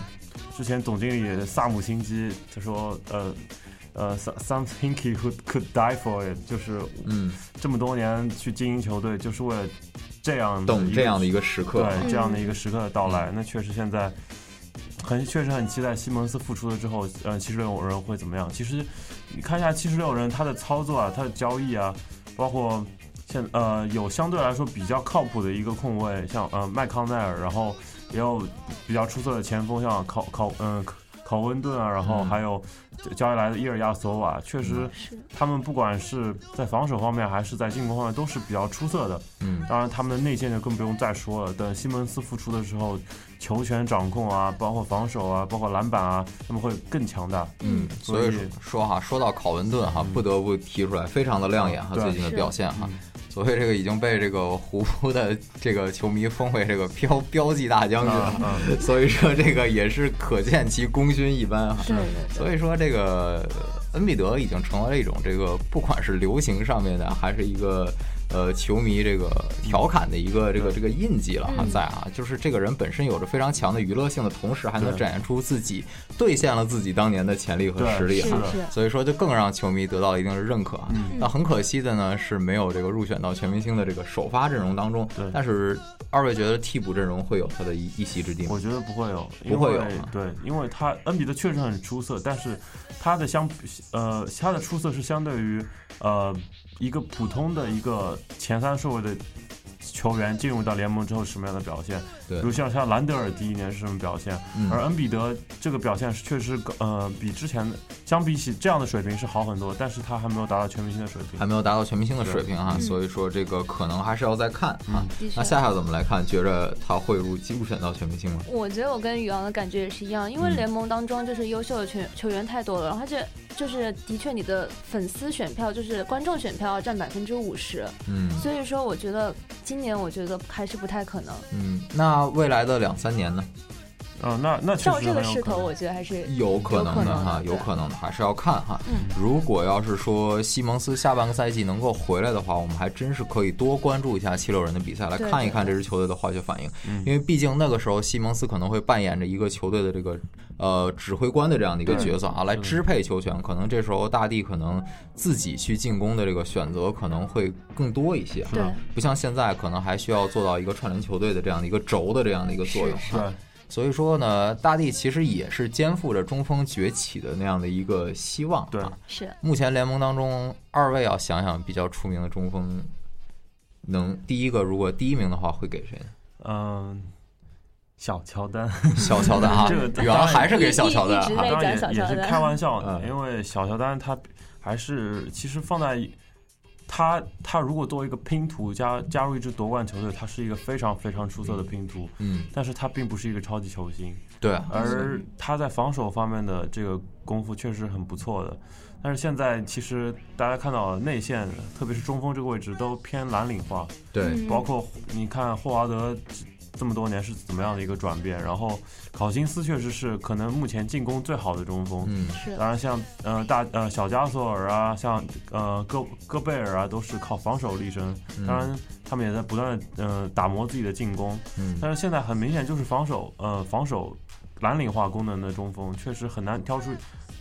[SPEAKER 4] 之前总经理萨姆辛基他说，呃，呃，some- something he could could die for it，就是
[SPEAKER 8] 嗯，
[SPEAKER 4] 这么多年去经营球队，就是为了这样的
[SPEAKER 8] 等这样的一个时刻，
[SPEAKER 4] 嗯
[SPEAKER 8] 啊
[SPEAKER 4] 对啊这样的一个时刻的到来。那确实现在很确实很期待西蒙斯复出了之后，呃，七十六人会怎么样？其实你看一下七十六人他的操作啊，他的交易啊，包括现呃有相对来说比较靠谱的一个控卫，像呃麦康奈尔，然后也有比较出色的前锋，像考考嗯。考温顿啊，然后还有交易来的伊尔亚索瓦，确实
[SPEAKER 10] 是
[SPEAKER 4] 他们不管是在防守方面还是在进攻方面都是比较出色的。
[SPEAKER 8] 嗯
[SPEAKER 4] 当然他们的内线就更不用再说了。等西蒙斯复出的时候，球权掌控啊，包括防守啊，包括篮板啊，他们会更强大。
[SPEAKER 8] 嗯，所以说哈，说到考文顿哈，不得不提出来，非常的亮眼哈，
[SPEAKER 4] 对
[SPEAKER 8] 最近的
[SPEAKER 10] 是
[SPEAKER 8] 表现哈。所谓这个已经被这个湖的这个球迷封为这个 (laughs) 标标记大将军
[SPEAKER 4] 啊
[SPEAKER 8] 了，所以说这个也是可见其功勋一啊斑哈。
[SPEAKER 10] 对对对，
[SPEAKER 8] 所以说，这个恩比德已经成为了一种这个，不管是流行上面的，还是一个呃球迷这个调侃的一个
[SPEAKER 4] 嗯
[SPEAKER 8] 这个这个印记了哈，在啊，就是这个人本身有着非常强的娱乐性的同时，还能
[SPEAKER 4] 对
[SPEAKER 8] 展现出自己兑现了自己当年的潜力和
[SPEAKER 4] 对
[SPEAKER 8] 实力
[SPEAKER 10] 是
[SPEAKER 8] 哈。
[SPEAKER 4] 的嗯
[SPEAKER 10] 是，
[SPEAKER 8] 所以说，就更让球迷得到了一定的认可啊。那很可惜的呢，是没有这个入选到全明星的这个首发阵容当中
[SPEAKER 4] 对。
[SPEAKER 8] 但是，二位觉得替补阵容会有他的一一席之地吗
[SPEAKER 4] 我？觉得不会有，因
[SPEAKER 8] 不会有
[SPEAKER 4] 为
[SPEAKER 8] 啊
[SPEAKER 4] 对，因为他恩比德确实很出色，但是他的相呃他的出色是相对于呃一个普通的一个前三顺位的球员进入到联盟之后是什么样的表现。
[SPEAKER 8] 对
[SPEAKER 4] 比如像像兰德尔第一年是什么表现，
[SPEAKER 8] 嗯
[SPEAKER 4] 而恩比德这个表现是确实呃比之前的相比起这样的水平是好很多，但是他还没有达到全明星的水平嗯
[SPEAKER 8] 还。没有达到全明星的水平啊，所以说这个可能还是要再看
[SPEAKER 4] 嗯
[SPEAKER 8] 啊。
[SPEAKER 10] 的确
[SPEAKER 8] 那夏夏怎么来看？觉着他会入入选到全明星吗？
[SPEAKER 10] 我觉得我跟宇昂的感觉也是一样，因为联盟当中就是优秀的球球员太多了，然后这就是的确你的粉丝选票就是观众选票占百分之五十，
[SPEAKER 8] 嗯
[SPEAKER 10] 所以说我觉得今年我觉得还是不太可能。
[SPEAKER 8] 嗯，那未来的两三年呢，
[SPEAKER 4] 嗯、那那确
[SPEAKER 10] 照
[SPEAKER 4] 实
[SPEAKER 10] 这个
[SPEAKER 4] 很有
[SPEAKER 10] 势
[SPEAKER 4] 可
[SPEAKER 10] 头，
[SPEAKER 4] 能。
[SPEAKER 10] 我觉得还是
[SPEAKER 8] 有可能的哈，
[SPEAKER 10] 有
[SPEAKER 8] 有可能的，还是要看哈。
[SPEAKER 10] 嗯
[SPEAKER 8] 如果要是说西蒙斯下半个赛季能够回来的话，我们还真是可以多关注一下七六人的比赛，来
[SPEAKER 10] 对
[SPEAKER 8] 看一
[SPEAKER 10] 对
[SPEAKER 8] 看这支球队的化学反应。因为毕竟那个时候西蒙斯可能会扮演着一个球队的这个呃指挥官的这样的一个角色啊，来支配球权。可能这时候大帝可能自己去进攻的这个选择可能会更多一些啊，
[SPEAKER 10] 对
[SPEAKER 8] 不像现在可能还需要做到一个串联球队的这样的一个轴的这样的一个作用。
[SPEAKER 4] 对，
[SPEAKER 8] 所以说呢，大帝其实也是肩负着中锋崛起的那样的一个希望、啊。
[SPEAKER 4] 对
[SPEAKER 10] 是
[SPEAKER 8] 目前联盟当中，二位要想想比较出名的中锋，能第一个如果第一名的话会给谁呢？
[SPEAKER 4] 嗯、小乔丹。
[SPEAKER 8] 小乔丹啊
[SPEAKER 4] (laughs) 这个，
[SPEAKER 8] 原来还是给小乔丹
[SPEAKER 10] 一一一直
[SPEAKER 8] 啊
[SPEAKER 10] 在。
[SPEAKER 4] 当然
[SPEAKER 10] 讲小
[SPEAKER 4] 也也
[SPEAKER 10] 乔
[SPEAKER 4] 是
[SPEAKER 10] 丹 (laughs)
[SPEAKER 4] 开玩笑，
[SPEAKER 8] 嗯
[SPEAKER 4] 因为小乔丹他还是其实放在他他如果作为一个拼图加加入一支夺冠球队，他是一个非常非常出色的拼图，
[SPEAKER 8] 嗯，
[SPEAKER 4] 但是他并不是一个超级球星，
[SPEAKER 8] 对，
[SPEAKER 10] 嗯
[SPEAKER 4] 而他在防守方面的这个功夫确实很不错的。但是现在其实大家看到内线，特别是中锋这个位置都偏蓝领化，
[SPEAKER 8] 对，
[SPEAKER 4] 包括你看霍华德这么多年是怎么样的一个转变，然后考辛斯确实是可能目前进攻最好的中锋。
[SPEAKER 8] 嗯，
[SPEAKER 10] 是
[SPEAKER 4] 当然像呃大呃小加索尔啊，像呃戈戈贝尔啊，都是靠防守立身。当然，他们也在不断的呃打磨自己的进攻。
[SPEAKER 8] 嗯
[SPEAKER 4] 但是现在很明显就是防守呃防守蓝领化功能的中锋确实很难挑出，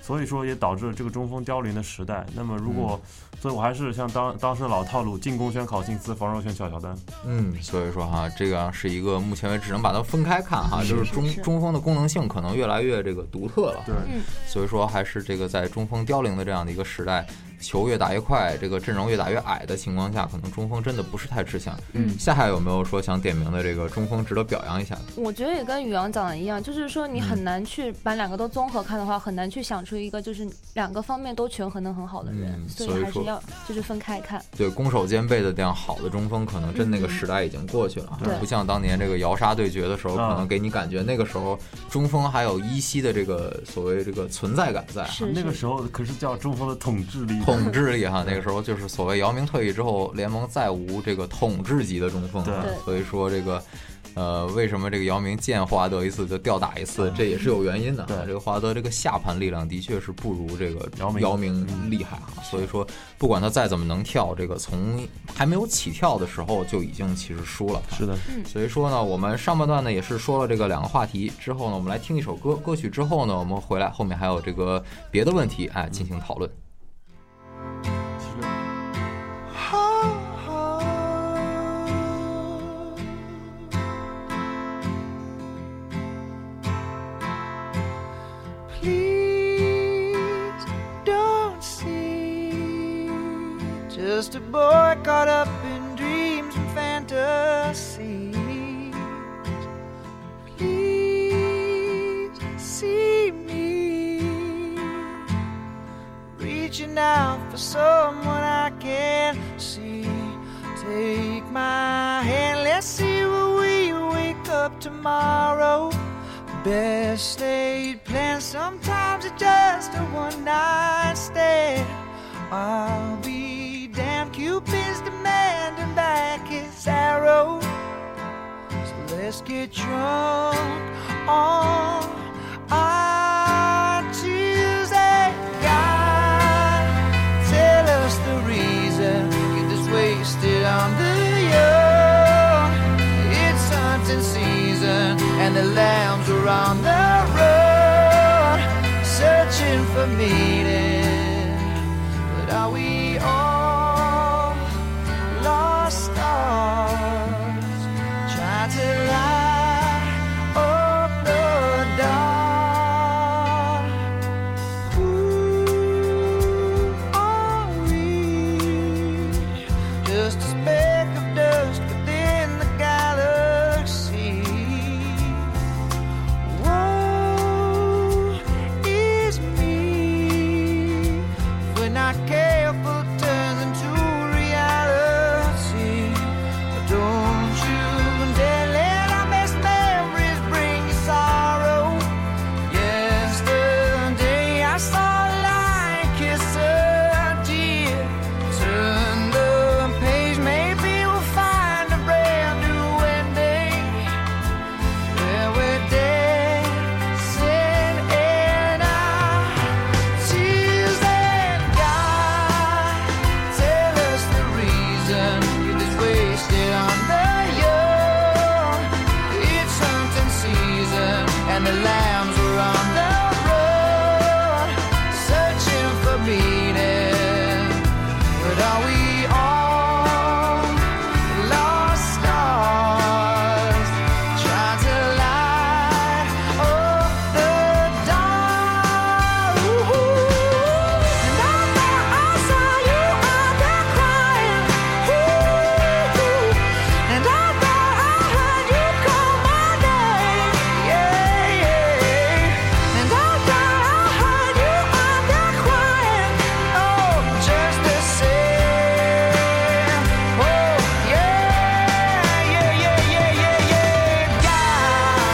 [SPEAKER 4] 所以说也导致了这个中锋凋零的时代。那么如果，
[SPEAKER 8] 嗯
[SPEAKER 4] 所以我还是像当当时的老套路，进攻选考辛斯，防守选小乔丹。
[SPEAKER 8] 嗯，所以说哈，这个是一个目前为止能把它分开看哈，就是中中锋的功能性可能越来越这个独特了。
[SPEAKER 4] 对
[SPEAKER 10] 嗯
[SPEAKER 8] 所以说还是这个在中锋凋零的这样的一个时代，球越打越快，这个阵容越打越矮的情况下，可能中锋真的不是太吃香。嗯，夏夏有没有说想点名的这个中锋值得表扬一下的？
[SPEAKER 10] 我觉得也跟宇阳讲的一样，就是说你很难去把两个都综合看的话，很难去想出一个就是两个方面都权衡的很好的人，
[SPEAKER 8] 嗯
[SPEAKER 10] 所
[SPEAKER 8] 所以
[SPEAKER 10] 以还是
[SPEAKER 8] 说啊
[SPEAKER 10] 要就是分开看。
[SPEAKER 8] 对攻守兼备的这样好的中锋，可能真那个时代已经过去了啊，
[SPEAKER 10] 嗯对
[SPEAKER 8] 不像当年这个姚沙对决的时候，
[SPEAKER 4] 啊
[SPEAKER 8] 可能给你感觉那个时候中锋还有依稀的这个所谓这个存在感在啊。
[SPEAKER 10] 是
[SPEAKER 4] 那个
[SPEAKER 10] 是
[SPEAKER 4] 时候可是叫中锋的统治力。
[SPEAKER 8] 统治力哈，那个时候就是所谓姚明退役之后，联盟再无这个统治级的中锋啊
[SPEAKER 4] 对，
[SPEAKER 8] 所以说这个。
[SPEAKER 11] 呃，为什么这个姚明见华德一次就吊打一次，这也是有原因的啊。
[SPEAKER 4] 对
[SPEAKER 11] 这个华德这个下盘力量的确是不如这个
[SPEAKER 4] 姚明
[SPEAKER 11] 姚明厉害啊，所以说不管他再怎么能跳，这个从还没有起跳的时候就已经其实输了。
[SPEAKER 4] 是的，
[SPEAKER 8] 嗯
[SPEAKER 11] 所以说呢，我们上半段呢也是说了这个两个话题，之后呢，我们来听一首歌，歌曲之后呢，我们回来后面还有这个别的问题，哎，进行讨论。
[SPEAKER 8] Please don't see. Just a boy caught up in dreams and fantasies. Please see me. Reaching out for someone I can see. Take my hand, let's see where we wake up tomorrow best laid plans. Sometimes it's just a one night stand. I'll be damned, Cupid's demanding back his arrow. So let's get drunk on our Tuesday. God, tell us the reason. Get this wasted on the young. It's hunting season, and the lambs are on the road, searching for meaning. But are we all lost stars? Trying to light up the dawn. Who are we? Just a speck of dust within the galaxy. Woe is me. If we're not careful, turns into reality. But don't you dare let our best memories bring you sorrow. Yesterday I saw a lion kiss a deer. Turn the page, maybe we'll find a brand new ending. Where we're dancing in our tears and God, tell us the reason it is wasted on the young. It's hunting season and the lambs are on the road, searching for meaning. But are we all lost stars trying to light up the dawn? And I thought I saw you out there crying, and I thought I heard you call my name, yeah, and I thought I heard you out there crying, oh, just the same, oh, yeah, yeah, yeah, yeah, yeah, yeah, God,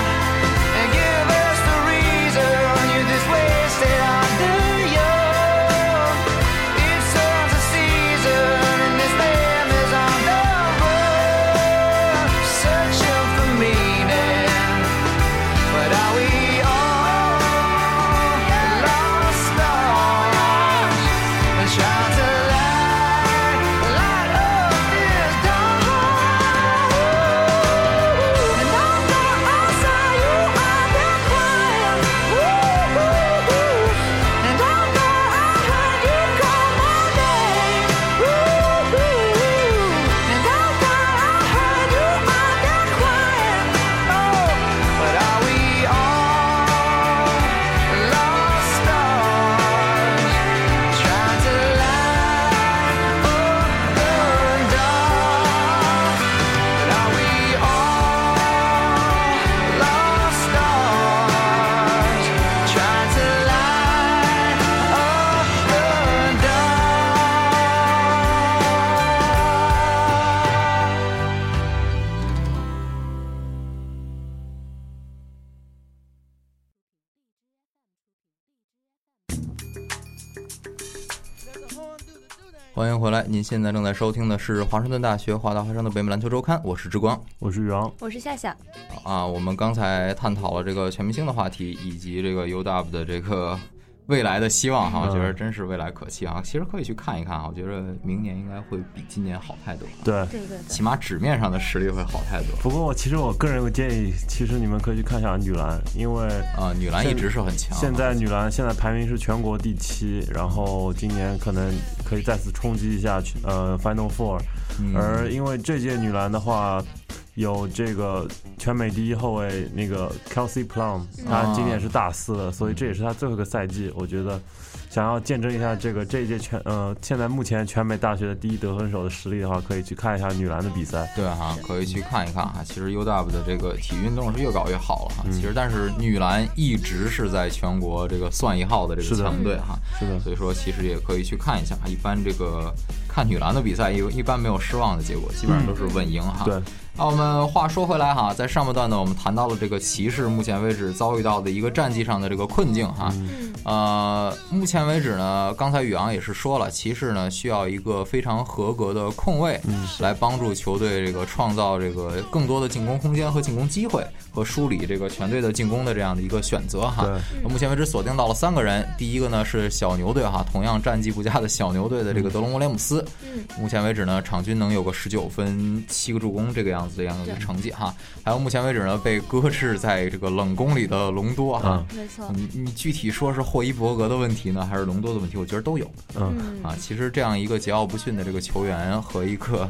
[SPEAKER 8] and give us the reason you this wasted on the young. It serves a season, and this man is on the road searching for meaning. But are we all lost stars? And shines a light, light up this dawn. And I thought I saw you out there crying. Ooh, and I thought I heard you call my name. Ooh, and I thought I heard you out there crying. Oh, but are we all lost stars? Trying to light up the dawn. But are we all lost stars? Trying to light up the dawn.
[SPEAKER 12] 那个红肚子肚的
[SPEAKER 8] 欢迎回来，您现在正在收听的是华盛顿大学华大华生的北美篮球周刊，我是志光，
[SPEAKER 4] 我是宇昂。
[SPEAKER 10] 我是夏夏，
[SPEAKER 8] 啊，我们刚才探讨了这个全明星的话题，以及这个 UW 的这个 (laughs) 未来的希望
[SPEAKER 4] 嗯
[SPEAKER 8] 哈，我觉得真是未来可期啊。其实可以去看一看啊，我觉得明年应该会比今年好太多，啊
[SPEAKER 4] 对，
[SPEAKER 10] 对对
[SPEAKER 8] 起码纸面上的实力会好太多
[SPEAKER 4] 不过我其实我个人有个建议，其实你们可以去看一下女篮，因为
[SPEAKER 8] 啊。女篮一直是很强啊，
[SPEAKER 4] 现在女篮现在排名是全国第七，然后今年可能可以再次冲击一下呃 Final Four，、
[SPEAKER 8] 嗯
[SPEAKER 4] 而因为这届女篮的话。有这个全美第一后卫那个 Kelsey Plum，她
[SPEAKER 8] 嗯
[SPEAKER 4] 今年是大四了，所以这也是她最后一个赛季。我觉得想要见证一下这个这一届全呃现在目前全美大学的第一得分手的实力的话，可以去看一下女篮的比赛。
[SPEAKER 8] 对哈、可以去看一看
[SPEAKER 4] 嗯
[SPEAKER 8] 哈。其实 UW 的这个体育运动是越搞越好了哈。其实，但是女篮一直是在全国这个算一号的这
[SPEAKER 4] 是的
[SPEAKER 8] 个强队哈。
[SPEAKER 4] 是的
[SPEAKER 8] 所以说，其实也可以去看一下。一般这个看女篮的比赛，一一般没有失望的结果，基本上都是稳赢哈。
[SPEAKER 4] 嗯对。
[SPEAKER 8] 那我们话说回来哈，在上半段呢，我们谈到了这个骑士目前为止遭遇到的一个战绩上的这个困境哈。呃，目前为止呢，刚才宇昂也是说了，骑士呢需要一个非常合格的控卫，来帮助球队这个创造这个更多的进攻空间和进攻机会，和梳理这个全队的进攻的这样的一个选择哈。那目前为止锁定到了三个人，第一个呢是小牛队哈，同样战绩不佳的小牛队的这个德隆威廉姆斯，目前为止呢场均能有个十九分、七个助攻这个样子的样的一个成绩哈。还有目前为止呢被搁置在这个冷宫里的隆多哈。
[SPEAKER 4] 嗯
[SPEAKER 10] 没错，
[SPEAKER 8] 你你具体说是霍伊伯格的问题呢，还是隆多的问题？我觉得都有
[SPEAKER 4] 嗯，
[SPEAKER 10] 嗯
[SPEAKER 8] 啊。其实这样一个桀骜不驯的这个球员和一个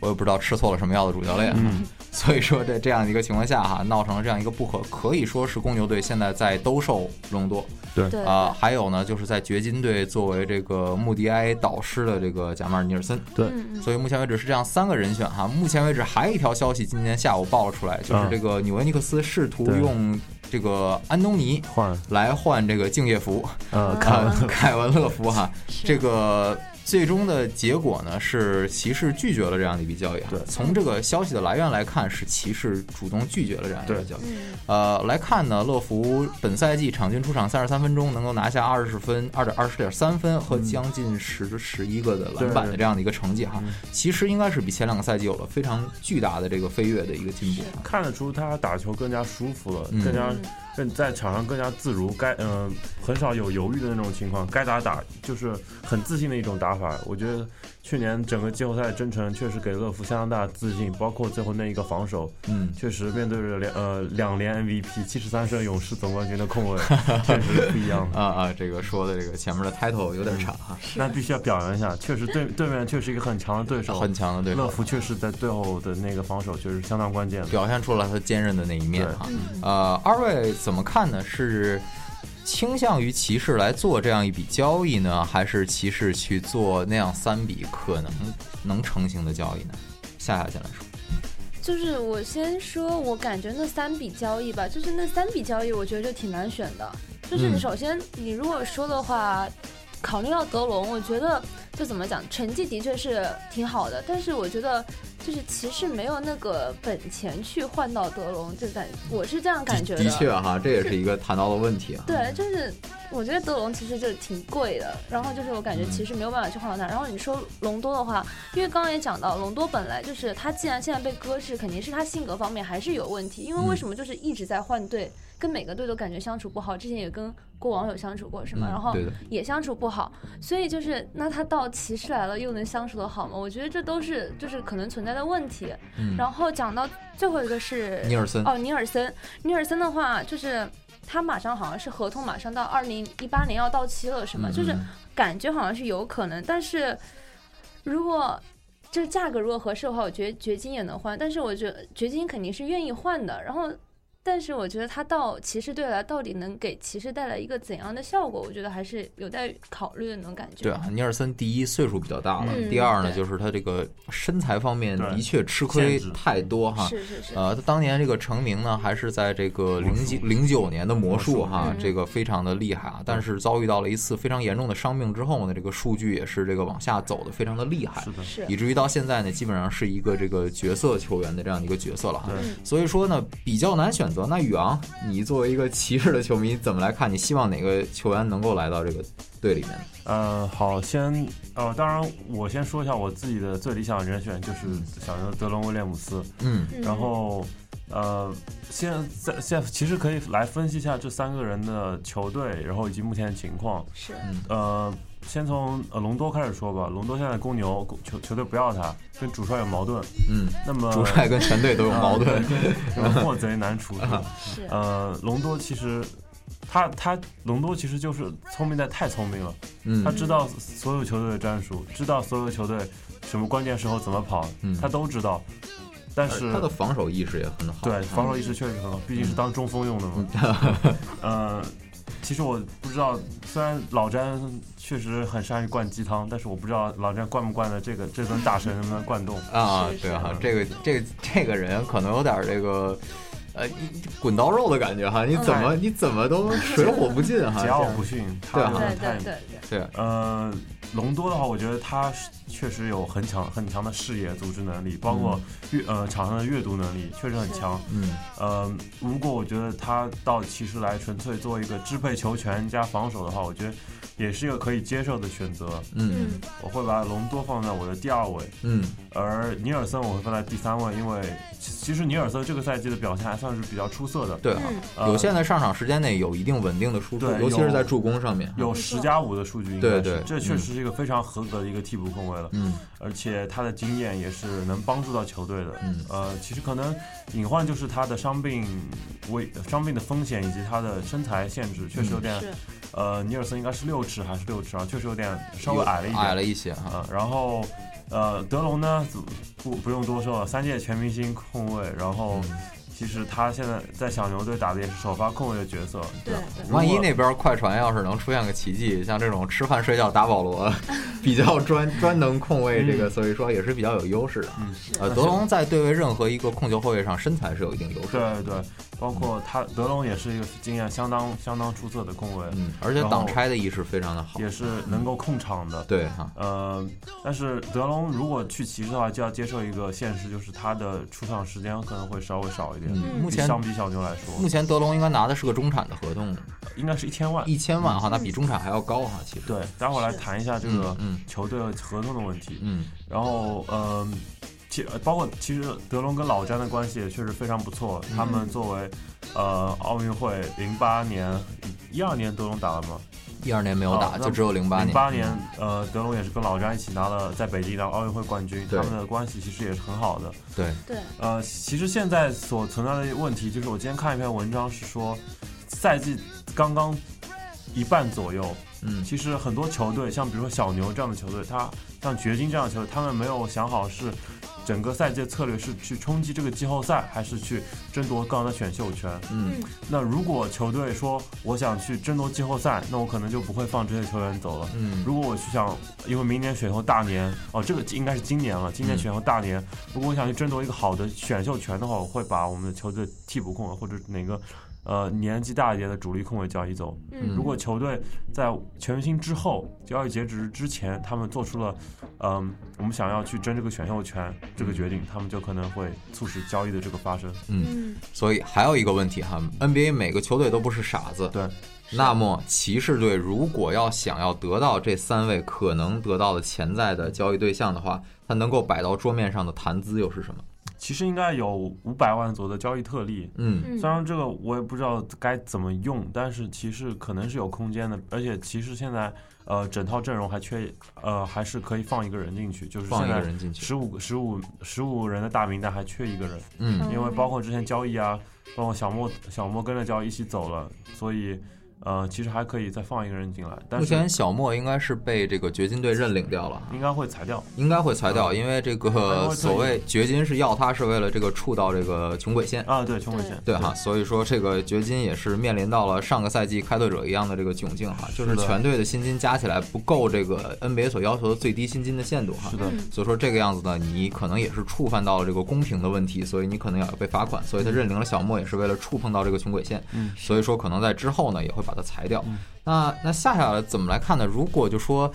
[SPEAKER 8] 我也不知道吃错了什么药的主教练，啊 (laughs) 所以说在这样一个情况下哈，闹成了这样一个不和，可以说是公牛队现在在兜售隆多
[SPEAKER 10] 对
[SPEAKER 8] 啊、还有呢，就是在掘金队作为这个穆迪埃导师的这个贾马尔尼尔森，
[SPEAKER 4] 对，
[SPEAKER 8] 所以目前为止是这样三个人选哈。目前为止还有一条消息，今天下午爆了出来，就是
[SPEAKER 4] 嗯
[SPEAKER 8] 这个纽约尼克斯试图
[SPEAKER 4] 对
[SPEAKER 8] 用这个安东尼
[SPEAKER 4] 换
[SPEAKER 8] 来换这个敬业福，
[SPEAKER 4] 呃
[SPEAKER 8] 凯
[SPEAKER 4] 看
[SPEAKER 8] (laughs) 凯文勒夫哈，这个最终的结果呢是骑士拒绝了这样的一笔交易哈。
[SPEAKER 4] 对
[SPEAKER 8] 从这个消息的来源来看，是骑士主动拒绝了这样一笔
[SPEAKER 4] 对
[SPEAKER 8] 交易。呃，来看呢，乐福本赛季场均出场三十三分钟，能够拿下二十分、二点二十点三分和
[SPEAKER 4] 嗯
[SPEAKER 8] 将近十十一个的篮板的这样的一个成绩哈，
[SPEAKER 4] 嗯
[SPEAKER 8] 其实应该是比前两个赛季有了非常巨大的这个飞跃的一个进步哈。
[SPEAKER 4] 看得出他打球更加舒服了，
[SPEAKER 8] 嗯
[SPEAKER 4] 更加更在场上更加自如，该嗯、很少有犹豫的那种情况，该打打就是很自信的一种打法。我觉得去年整个季后赛征程确实给乐福相当大的自信，包括最后那一个防守，
[SPEAKER 8] 嗯
[SPEAKER 4] 确实面对着两呃两连 MVP 七十三胜勇士总冠军的控
[SPEAKER 8] (laughs)
[SPEAKER 4] 卫，确实不一样。
[SPEAKER 8] 啊啊，这个说的这个前面的 title 有
[SPEAKER 4] 嗯
[SPEAKER 8] 点长哈，
[SPEAKER 4] 那必须要表扬一下，确实对对面确实一个很强的对手，
[SPEAKER 8] 很强的对手
[SPEAKER 4] 乐福确实在最后的那个防守确实相当关键的。
[SPEAKER 8] 表现出了他坚韧的那一面哈。呃，二位怎么看呢？是倾向于骑士来做这样一笔交易呢，还是骑士去做那样三笔可能能成型的交易呢？夏夏先来说，
[SPEAKER 10] 就是我先说，我感觉那三笔交易吧，就是那三笔交易，我觉得就挺难选的。就是
[SPEAKER 8] 嗯
[SPEAKER 10] 你首先，你如果说的话，考虑到德隆，我觉得就怎么讲，成绩的确是挺好的，但是我觉得就是骑士没有那个本钱去换到德隆，就感我是这样感觉
[SPEAKER 8] 的确啊哈，这也是
[SPEAKER 10] 是
[SPEAKER 8] 一个谈到的问题啊。
[SPEAKER 10] 对，就是我觉得德隆其实就是挺贵的，然后就是我感觉其实没
[SPEAKER 8] 嗯
[SPEAKER 10] 有办法去换到它。然后你说隆多的话，因为刚刚也讲到，隆多本来就是他既然现在被搁置，肯定是他性格方面还是有问题。因为
[SPEAKER 8] 嗯
[SPEAKER 10] 为什么就是一直在换队，跟每个队都感觉相处不好，之前也跟过往有相处过是吗？
[SPEAKER 8] 嗯
[SPEAKER 10] 然后
[SPEAKER 8] 对的
[SPEAKER 10] 也相处不好，所以就是那他到骑士来了又能相处的好吗？我觉得这都是就是可能存在的问题。
[SPEAKER 8] 嗯
[SPEAKER 10] 然后讲到最后一个是
[SPEAKER 8] 尼尔森
[SPEAKER 10] 哦，尼尔森，尼尔森的话就是他马上好像是合同马上到二零一八年要到期了，是吗？
[SPEAKER 8] 嗯
[SPEAKER 10] 就是感觉好像是有可能，但是如果就是价格如果合适的话，我觉得掘金也能换，但是我觉得掘金肯定是愿意换的。然后，但是我觉得他到骑士队来，到底能给骑士带来一个怎样的效果，我觉得还是有待考虑的那种感觉。
[SPEAKER 8] 对啊，尼尔森第一岁数比较大了，
[SPEAKER 10] 嗯
[SPEAKER 8] 第二呢
[SPEAKER 10] 对
[SPEAKER 8] 就是他这个身材方面
[SPEAKER 4] 对
[SPEAKER 8] 的确吃亏
[SPEAKER 4] 限制
[SPEAKER 8] 太多哈。
[SPEAKER 10] 是是是，
[SPEAKER 8] 呃，他当年这个成名呢，还是在这个零九零九年的魔术哈，
[SPEAKER 10] 嗯
[SPEAKER 8] 这个非常的厉害啊。但是遭遇到了一次非常严重的伤病之后呢，这个数据也是这个往下走的非常的厉害，
[SPEAKER 10] 是
[SPEAKER 8] 以至于到现在呢，基本上是一个这个角色球员的这样的一个角色了哈
[SPEAKER 4] 对。
[SPEAKER 8] 所以说呢，比较难选择。那宇昂，你作为一个骑士的球迷，怎么来看？你希望哪个球员能够来到这个队里面？
[SPEAKER 4] 呃，好，先呃，当然我先说一下我自己的最理想的人选，就是想着德隆威廉姆斯。
[SPEAKER 8] 嗯
[SPEAKER 4] 然后呃，现在现在其实可以来分析一下这三个人的球队，然后以及目前的情况。
[SPEAKER 10] 是
[SPEAKER 4] 呃，先从呃隆多开始说吧。隆多现在公牛公球球队不要他，跟主帅有矛盾。
[SPEAKER 8] 嗯呃
[SPEAKER 4] 那么
[SPEAKER 8] 主帅跟全队都有矛盾
[SPEAKER 4] 啊对对对莫贼难
[SPEAKER 8] (laughs)
[SPEAKER 4] 除。是吧
[SPEAKER 10] 是
[SPEAKER 4] 呃，隆多其实他他隆多其实就是聪明的太聪明了，
[SPEAKER 8] 嗯
[SPEAKER 4] 他知道所有球队的战术，知道所有球队什么关键时候怎么跑，
[SPEAKER 8] 嗯
[SPEAKER 4] 他都知道。但是
[SPEAKER 8] 他的防守意识也很好。
[SPEAKER 4] 对，防守意识确实很
[SPEAKER 8] 嗯
[SPEAKER 4] 好，毕竟是当中锋用的嘛。 (laughs) 呃，其实我不知道，虽然老詹确实很善于灌鸡汤，但是我不知道老詹灌不灌的这个这尊大神能不能灌动
[SPEAKER 8] 啊，对啊，这个这个这个人可能有点这个。呃，一滚刀肉的感觉哈，你怎么、
[SPEAKER 4] 哎
[SPEAKER 8] 你怎么都水火不进哈，
[SPEAKER 4] 桀骜不驯，
[SPEAKER 8] 对
[SPEAKER 4] 他
[SPEAKER 8] 啊
[SPEAKER 4] 真，的太
[SPEAKER 8] 对啊
[SPEAKER 4] 呃，隆多的话，我觉得他是确实有很强很强的视野、组织能力，包括阅、呃场上的阅读能力确实很强。
[SPEAKER 8] 嗯，
[SPEAKER 4] 呃，如果我觉得他到骑士来纯粹做一个支配球权加防守的话，我觉得也是一个可以接受的选择。
[SPEAKER 8] 嗯
[SPEAKER 4] 我会把隆多放在我的第二位，
[SPEAKER 8] 嗯
[SPEAKER 4] 而尼尔森我会放在第三位，因为其其实尼尔森这个赛季的表现还算是比较出色的。
[SPEAKER 8] 对啊，
[SPEAKER 4] 呃
[SPEAKER 8] 有限的上场时间内有一定稳定的输出，
[SPEAKER 4] 对
[SPEAKER 8] 尤其是
[SPEAKER 4] 有
[SPEAKER 8] 在助攻上面哈。
[SPEAKER 4] 有
[SPEAKER 10] 嗯
[SPEAKER 4] 十加五的数据应该
[SPEAKER 8] 对
[SPEAKER 4] 是，
[SPEAKER 8] 对
[SPEAKER 4] 这确实是一个非常合格的一个替补控卫了。
[SPEAKER 8] 嗯，
[SPEAKER 4] 而且他的经验也是能帮助到球队的。
[SPEAKER 8] 嗯
[SPEAKER 4] 呃，其实可能隐患就是他的伤病为伤病的风险以及他的身材限制，确实
[SPEAKER 8] 嗯
[SPEAKER 4] 有点
[SPEAKER 10] 是。
[SPEAKER 4] 呃，尼尔森应该是六尺还是六尺啊？确实有点稍微
[SPEAKER 8] 有
[SPEAKER 4] 矮了一点，
[SPEAKER 8] 矮了一些哈。
[SPEAKER 4] 啊，然后呃，德隆呢，怎么不不用多说了，三届全明星控卫，然后。
[SPEAKER 8] 嗯
[SPEAKER 4] 其实他现在在小牛队打的也是首发控卫的角色，
[SPEAKER 10] 对
[SPEAKER 4] 如果
[SPEAKER 8] 万一那边快船要是能出现个奇迹，像这种吃饭睡觉打保
[SPEAKER 4] (laughs)
[SPEAKER 8] 罗，比较专专能控卫
[SPEAKER 4] 嗯
[SPEAKER 8] 这个，所以说也是比较有优势的。呃，德隆在对位任何一个控球后卫上，身材是有一定优势的。
[SPEAKER 4] 对对，包括他德隆也是一个经验相当相当出色的控卫，
[SPEAKER 8] 嗯，而且挡拆的意识非常的好。
[SPEAKER 4] 也是能够控场的。
[SPEAKER 8] 对哈，
[SPEAKER 4] 呃，但是德隆如果去骑士的话，就要接受一个现实，就是他的出场时间可能会稍微少一点。
[SPEAKER 8] 嗯目前
[SPEAKER 4] 相比小牛来说，
[SPEAKER 8] 目前德隆应该拿的是个中产的合
[SPEAKER 4] 嗯
[SPEAKER 8] 同，
[SPEAKER 4] 应该是一千万。
[SPEAKER 8] 一千万哈，那比中产还要高哈，其实。
[SPEAKER 4] 对，待会儿来谈一下这个
[SPEAKER 8] 嗯嗯
[SPEAKER 4] 球队合同的问题。
[SPEAKER 8] 嗯
[SPEAKER 4] 然后嗯，其呃包括其实德隆跟老詹的关系也确实非常不错。他
[SPEAKER 8] 嗯
[SPEAKER 4] 们作为呃奥运会零八年、一二年德隆打了吗？
[SPEAKER 8] 一二年没有打，
[SPEAKER 4] 啊
[SPEAKER 8] 就只有零八
[SPEAKER 4] 零
[SPEAKER 8] 年。嗯
[SPEAKER 4] 八年，呃，德隆也是跟老詹一起拿了在北京拿了奥运会冠军，
[SPEAKER 8] 对
[SPEAKER 4] 他们的关系其实也是很好的。
[SPEAKER 8] 对，
[SPEAKER 10] 对，
[SPEAKER 4] 呃，其实现在所存在的问题就是，我今天看一篇文章是说，赛季刚刚一半左右，
[SPEAKER 8] 嗯
[SPEAKER 4] 其实很多球队，像比如说小牛这样的球队，他像掘金这样的球队，他们没有想好是整个赛季的策略是去冲击这个季后赛，还是去争夺个人的选秀权。
[SPEAKER 8] 嗯
[SPEAKER 4] 那如果球队说我想去争夺季后赛，那我可能就不会放这些球员走了。
[SPEAKER 8] 嗯
[SPEAKER 4] 如果我去想，因为明年选秀大年哦，这个应该是今年了，今年选秀大年，如果我想去争夺一个好的选秀权的话，我会把我们的球队替补控卫或者哪个呃年纪大一点的主力控卫交易走。
[SPEAKER 10] 嗯
[SPEAKER 4] 如果球队在全明星之后交易截止日之前，他们做出了嗯、我们想要去争这个选秀权这个决定，他们就可能会促使交易的这个发生。
[SPEAKER 8] 嗯，所以还有一个问题哈，NBA 每个球队都不是傻子。
[SPEAKER 4] 对。
[SPEAKER 8] 那么骑士队如果要想要得到这三位可能得到的潜在的交易对象的话，他能够摆到桌面上的谈资又是什么？
[SPEAKER 4] 其实应该有五百万左右的交易特例。
[SPEAKER 8] 嗯
[SPEAKER 4] 虽然这个我也不知道该怎么用，但是骑士可能是有空间的，而且骑士现在呃整套阵容还缺呃还是可以放一个人进去，就是
[SPEAKER 8] 放
[SPEAKER 4] 现
[SPEAKER 8] 一个
[SPEAKER 4] 在
[SPEAKER 8] 人进去
[SPEAKER 4] 十五十五十五人的大名单还缺一个人，
[SPEAKER 8] 嗯
[SPEAKER 4] 因为包括之前交易啊，包括小莫小莫跟着交易一起走了，所以呃其实还可以再放一个人进来，但
[SPEAKER 8] 目
[SPEAKER 4] 是
[SPEAKER 8] 前小莫应该是被这个掘金队认领掉了，
[SPEAKER 4] 应该会裁掉。(laughs)
[SPEAKER 8] 应该会裁掉，因为这
[SPEAKER 4] 嗯
[SPEAKER 8] 个所谓掘金是要他是为了这个触到这个穷鬼线。
[SPEAKER 4] 啊，对，穷鬼线，
[SPEAKER 8] 对哈，所以说这个掘金也是面临到了上个赛季开拓者一样的这个窘境哈，就是
[SPEAKER 4] 是的
[SPEAKER 8] 全队的薪金加起来不够这个 NBA 所要求的最低薪金的限度哈。
[SPEAKER 4] 是的嗯
[SPEAKER 8] 所以说这个样子呢，你可能也是触犯到了这个公平的问题，所以你可能要被罚款。所以他认领了小莫也是为了触碰到这个穷鬼线，
[SPEAKER 4] 嗯
[SPEAKER 8] 所以说可能在之后呢也会把他裁掉。那那下下来怎么来看呢？如果就说。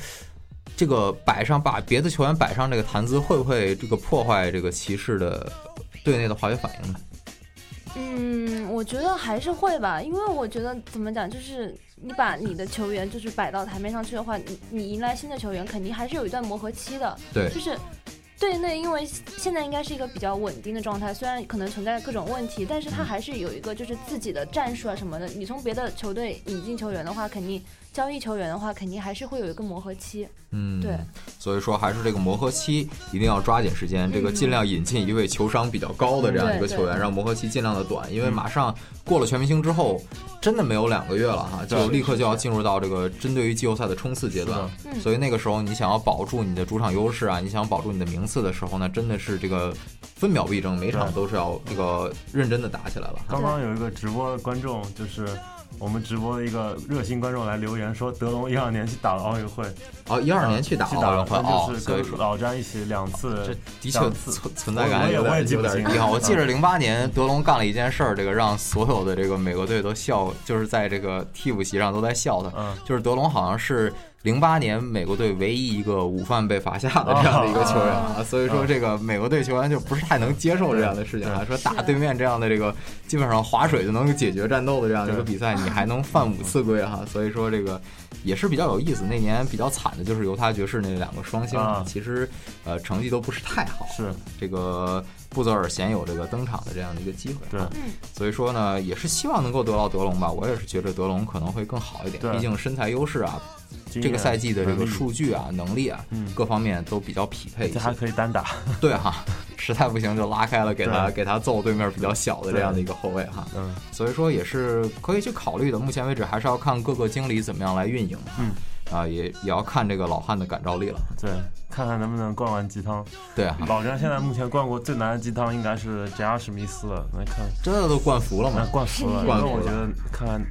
[SPEAKER 8] 这个摆上把别的球员摆上这个谈资，会不会这个破坏这个骑士的队内的化学反应呢？
[SPEAKER 10] 嗯，我我觉得还是会吧，因为我觉得怎么讲，就是你把你的球员就是摆到台面上去的话，你你迎来新的球员，肯定还是有一段磨合期的。
[SPEAKER 8] 对
[SPEAKER 10] 就是队内，因为现在应该是一个比较稳定的状态，虽然可能存在各种问题，但是他还是有一个就是自己的战术啊什么的。你从别的球队引进球员的话，肯定交易球员的话，肯定还是会有一个磨合期。
[SPEAKER 8] 嗯，
[SPEAKER 10] 对，
[SPEAKER 8] 所以说还是这个磨合期一定要抓紧时间，这个尽量引进一位球商比较高的这样一个
[SPEAKER 10] 嗯
[SPEAKER 8] 球
[SPEAKER 10] 对
[SPEAKER 8] 员，
[SPEAKER 10] 对嗯
[SPEAKER 8] 让磨合期尽量的短，因为马上过了全明星之后，真的没有两个月了哈，就立刻就要进入到这个针对于季后赛的冲刺阶段，
[SPEAKER 10] 嗯
[SPEAKER 8] 所以那个时候你想要保住你的主场优势啊，你想保住你的名次的时候呢，真的是这个分秒必争，每场都是要这个认真的打起来了。
[SPEAKER 4] 刚刚有一个直播的观众，就是我们直播的一个热心观众来留言说，德龙一二年去打了奥运会，
[SPEAKER 8] 哦12年去打
[SPEAKER 4] 去
[SPEAKER 8] 奥运会
[SPEAKER 4] 他就
[SPEAKER 8] 哦
[SPEAKER 4] 是
[SPEAKER 8] 所以说
[SPEAKER 4] 跟老詹一起两次，这
[SPEAKER 8] 的确存存在
[SPEAKER 4] 我
[SPEAKER 8] 感
[SPEAKER 4] 也
[SPEAKER 8] 有
[SPEAKER 4] 我也
[SPEAKER 8] 点
[SPEAKER 4] 记
[SPEAKER 8] 有
[SPEAKER 4] 不啊
[SPEAKER 8] 点
[SPEAKER 4] 清
[SPEAKER 8] 低哈。
[SPEAKER 4] 了
[SPEAKER 8] 我记着零八年德隆干了一件事儿，这个让所有的这个美国队都笑，就是在这个替补席上都在笑
[SPEAKER 4] 嗯
[SPEAKER 8] 他。就是德隆好像是零八年美国队唯一一个午饭被罚下的这样的一个球员啊，
[SPEAKER 4] 哦
[SPEAKER 8] 所以说这个美国队球员就不是太能接受这样的事情啊，说打对面这样的这个基本上划水就能解决战斗的这样的一个比赛，你还能犯五次规哈，所以说这个。也是比较有意思。那年比较惨的就是犹他爵士那两个双星，
[SPEAKER 4] 啊
[SPEAKER 8] 其实呃成绩都不是太好。
[SPEAKER 4] 是
[SPEAKER 8] 这个布泽尔鲜有这个登场的这样的一个机会。
[SPEAKER 4] 对
[SPEAKER 8] 嗯所以说呢，也是希望能够得到德隆吧。我也是觉得德隆可能会更好一点，
[SPEAKER 4] 对
[SPEAKER 8] 毕竟身材优势啊，
[SPEAKER 4] 经验
[SPEAKER 8] 这个赛季的这个
[SPEAKER 4] 能力
[SPEAKER 8] 数据啊、能力啊，
[SPEAKER 4] 嗯
[SPEAKER 8] 各方面都比较匹配一些。
[SPEAKER 4] 这还可以单打，
[SPEAKER 8] 对哈，实在不行就拉开了给他
[SPEAKER 4] 对
[SPEAKER 8] 给他揍对面比较小的这样的一个后卫哈。
[SPEAKER 4] 嗯，
[SPEAKER 8] 所以说也是可以去考虑的。目前为止还是要看各个经理怎么样来运营哈。
[SPEAKER 4] 嗯
[SPEAKER 8] 啊，也也要看这个老汉的感召力了。
[SPEAKER 4] 对，看看能不能灌完鸡汤。
[SPEAKER 8] 对啊
[SPEAKER 4] 老詹现在目前灌过最难的鸡汤应该是杰拉史密斯了，那看
[SPEAKER 8] 真的都灌服了吗
[SPEAKER 4] 那灌服了，
[SPEAKER 8] (laughs) 灌
[SPEAKER 4] 因为
[SPEAKER 8] 服
[SPEAKER 4] 我
[SPEAKER 8] 了
[SPEAKER 4] 觉得看看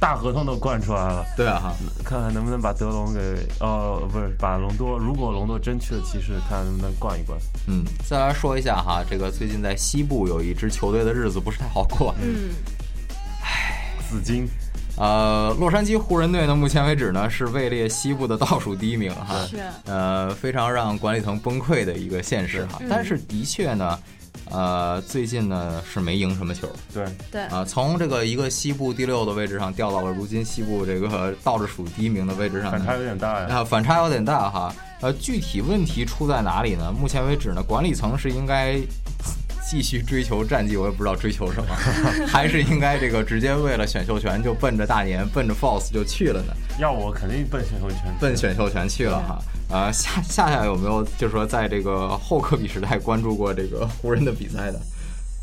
[SPEAKER 4] 大合同都灌出来了。
[SPEAKER 8] 对啊哈，
[SPEAKER 4] 看看能不能把德隆给呃不是把隆多，如果隆多真去了骑士，看看能不能灌一灌。
[SPEAKER 8] 嗯，再来说一下哈，这个最近在西部有一支球队的日子不是太好过。
[SPEAKER 10] 嗯，
[SPEAKER 4] 紫金。
[SPEAKER 8] 呃，洛杉矶湖人队呢，目前为止呢是位列西部的倒数第一名哈，
[SPEAKER 13] 是
[SPEAKER 8] 呃，非常让管理层崩溃的一个现实哈
[SPEAKER 13] 嗯。
[SPEAKER 8] 但是的确呢，呃，最近呢是没赢什么球，
[SPEAKER 4] 对
[SPEAKER 10] 对
[SPEAKER 8] 啊，从这个一个西部第六的位置上掉到了如今西部这个倒着数第一名的位置上呢，
[SPEAKER 4] 反差有点大呀
[SPEAKER 8] 啊，反差有点大哈。呃，具体问题出在哪里呢？目前为止呢，管理层是应该继续追求战绩，我也不知道追求什么， (laughs) 还是应该这个直接为了选秀权就奔着大年奔着 FOSS 就去了呢？
[SPEAKER 4] 要我肯定奔选秀权，
[SPEAKER 8] 奔选秀权去了哈。呃，夏夏夏有没有就是说在这个后科比时代关注过这个湖人的比赛的？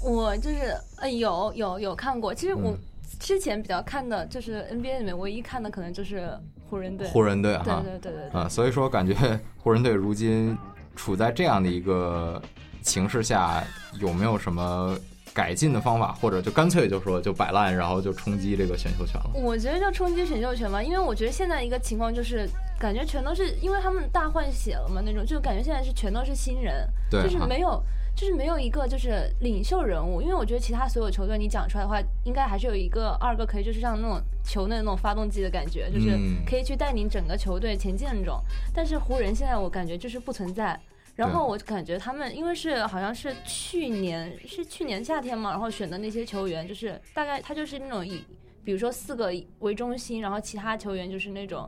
[SPEAKER 10] 我就是呃有有有看过，其实我
[SPEAKER 8] 嗯
[SPEAKER 10] 之前比较看的就是 NBA 里面唯一看的可能就是湖人队，
[SPEAKER 8] 湖人队哈，
[SPEAKER 10] 对对对对对，
[SPEAKER 8] 啊，所以说感觉 (laughs) 湖人队如今处在这样的一个形势下，有没有什么改进的方法，或者就干脆就说就摆烂，然后就冲击这个选秀权了？
[SPEAKER 10] 我觉得就冲击选秀权吧，因为我觉得现在一个情况就是，感觉全都是因为他们大换血了嘛，那种就感觉现在是全都是新人，
[SPEAKER 13] 对
[SPEAKER 10] 就是
[SPEAKER 13] 啊
[SPEAKER 10] 没有。就是没有一个就是领袖人物，因为我觉得其他所有球队你讲出来的话，应该还是有一个二个可以就是像那种球队那种发动机的感觉，就是
[SPEAKER 13] 嗯
[SPEAKER 10] 可以去带领整个球队前进的那种。但是湖人现在我感觉就是不存在，然
[SPEAKER 13] 对
[SPEAKER 10] 后我感觉他们因为是好像是去年是去年夏天嘛，然后选的那些球员就是大概他就是那种以比如说四个为中心，然后其他球员就是那种，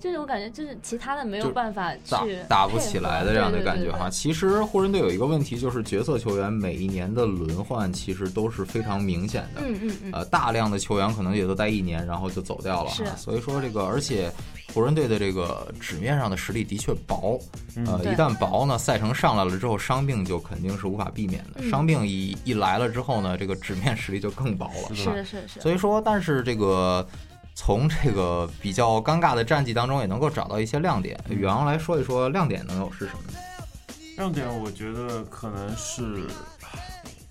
[SPEAKER 10] 就是我感觉就是其他的没有
[SPEAKER 8] 嗯就
[SPEAKER 10] 办法
[SPEAKER 8] 打
[SPEAKER 10] 去
[SPEAKER 8] 打不起来的这样的感觉
[SPEAKER 10] 哈。
[SPEAKER 8] 哈。其实湖人队有一个问题，就是角色球员每一年的轮换其实都是非常明显的。
[SPEAKER 10] 嗯嗯嗯，
[SPEAKER 8] 呃，大量的球员可能也都待一年，然后就走掉了哈
[SPEAKER 10] 是。
[SPEAKER 8] 所以说这个，而且湖人队的这个纸面上的实力的确薄，呃，
[SPEAKER 13] 对
[SPEAKER 8] 一旦薄呢，赛程上来了之后，伤病就肯定是无法避免的。
[SPEAKER 13] 嗯
[SPEAKER 8] 伤病一一来了之后呢，这个纸面实力就更薄了。
[SPEAKER 13] 是
[SPEAKER 8] 吧
[SPEAKER 13] 的是的是的
[SPEAKER 8] 所以说，但是这个。从这个比较尴尬的战绩当中，也能够找到一些亮点。宇昂来说一说亮点能有是什么呢？
[SPEAKER 4] 亮点我觉得可能是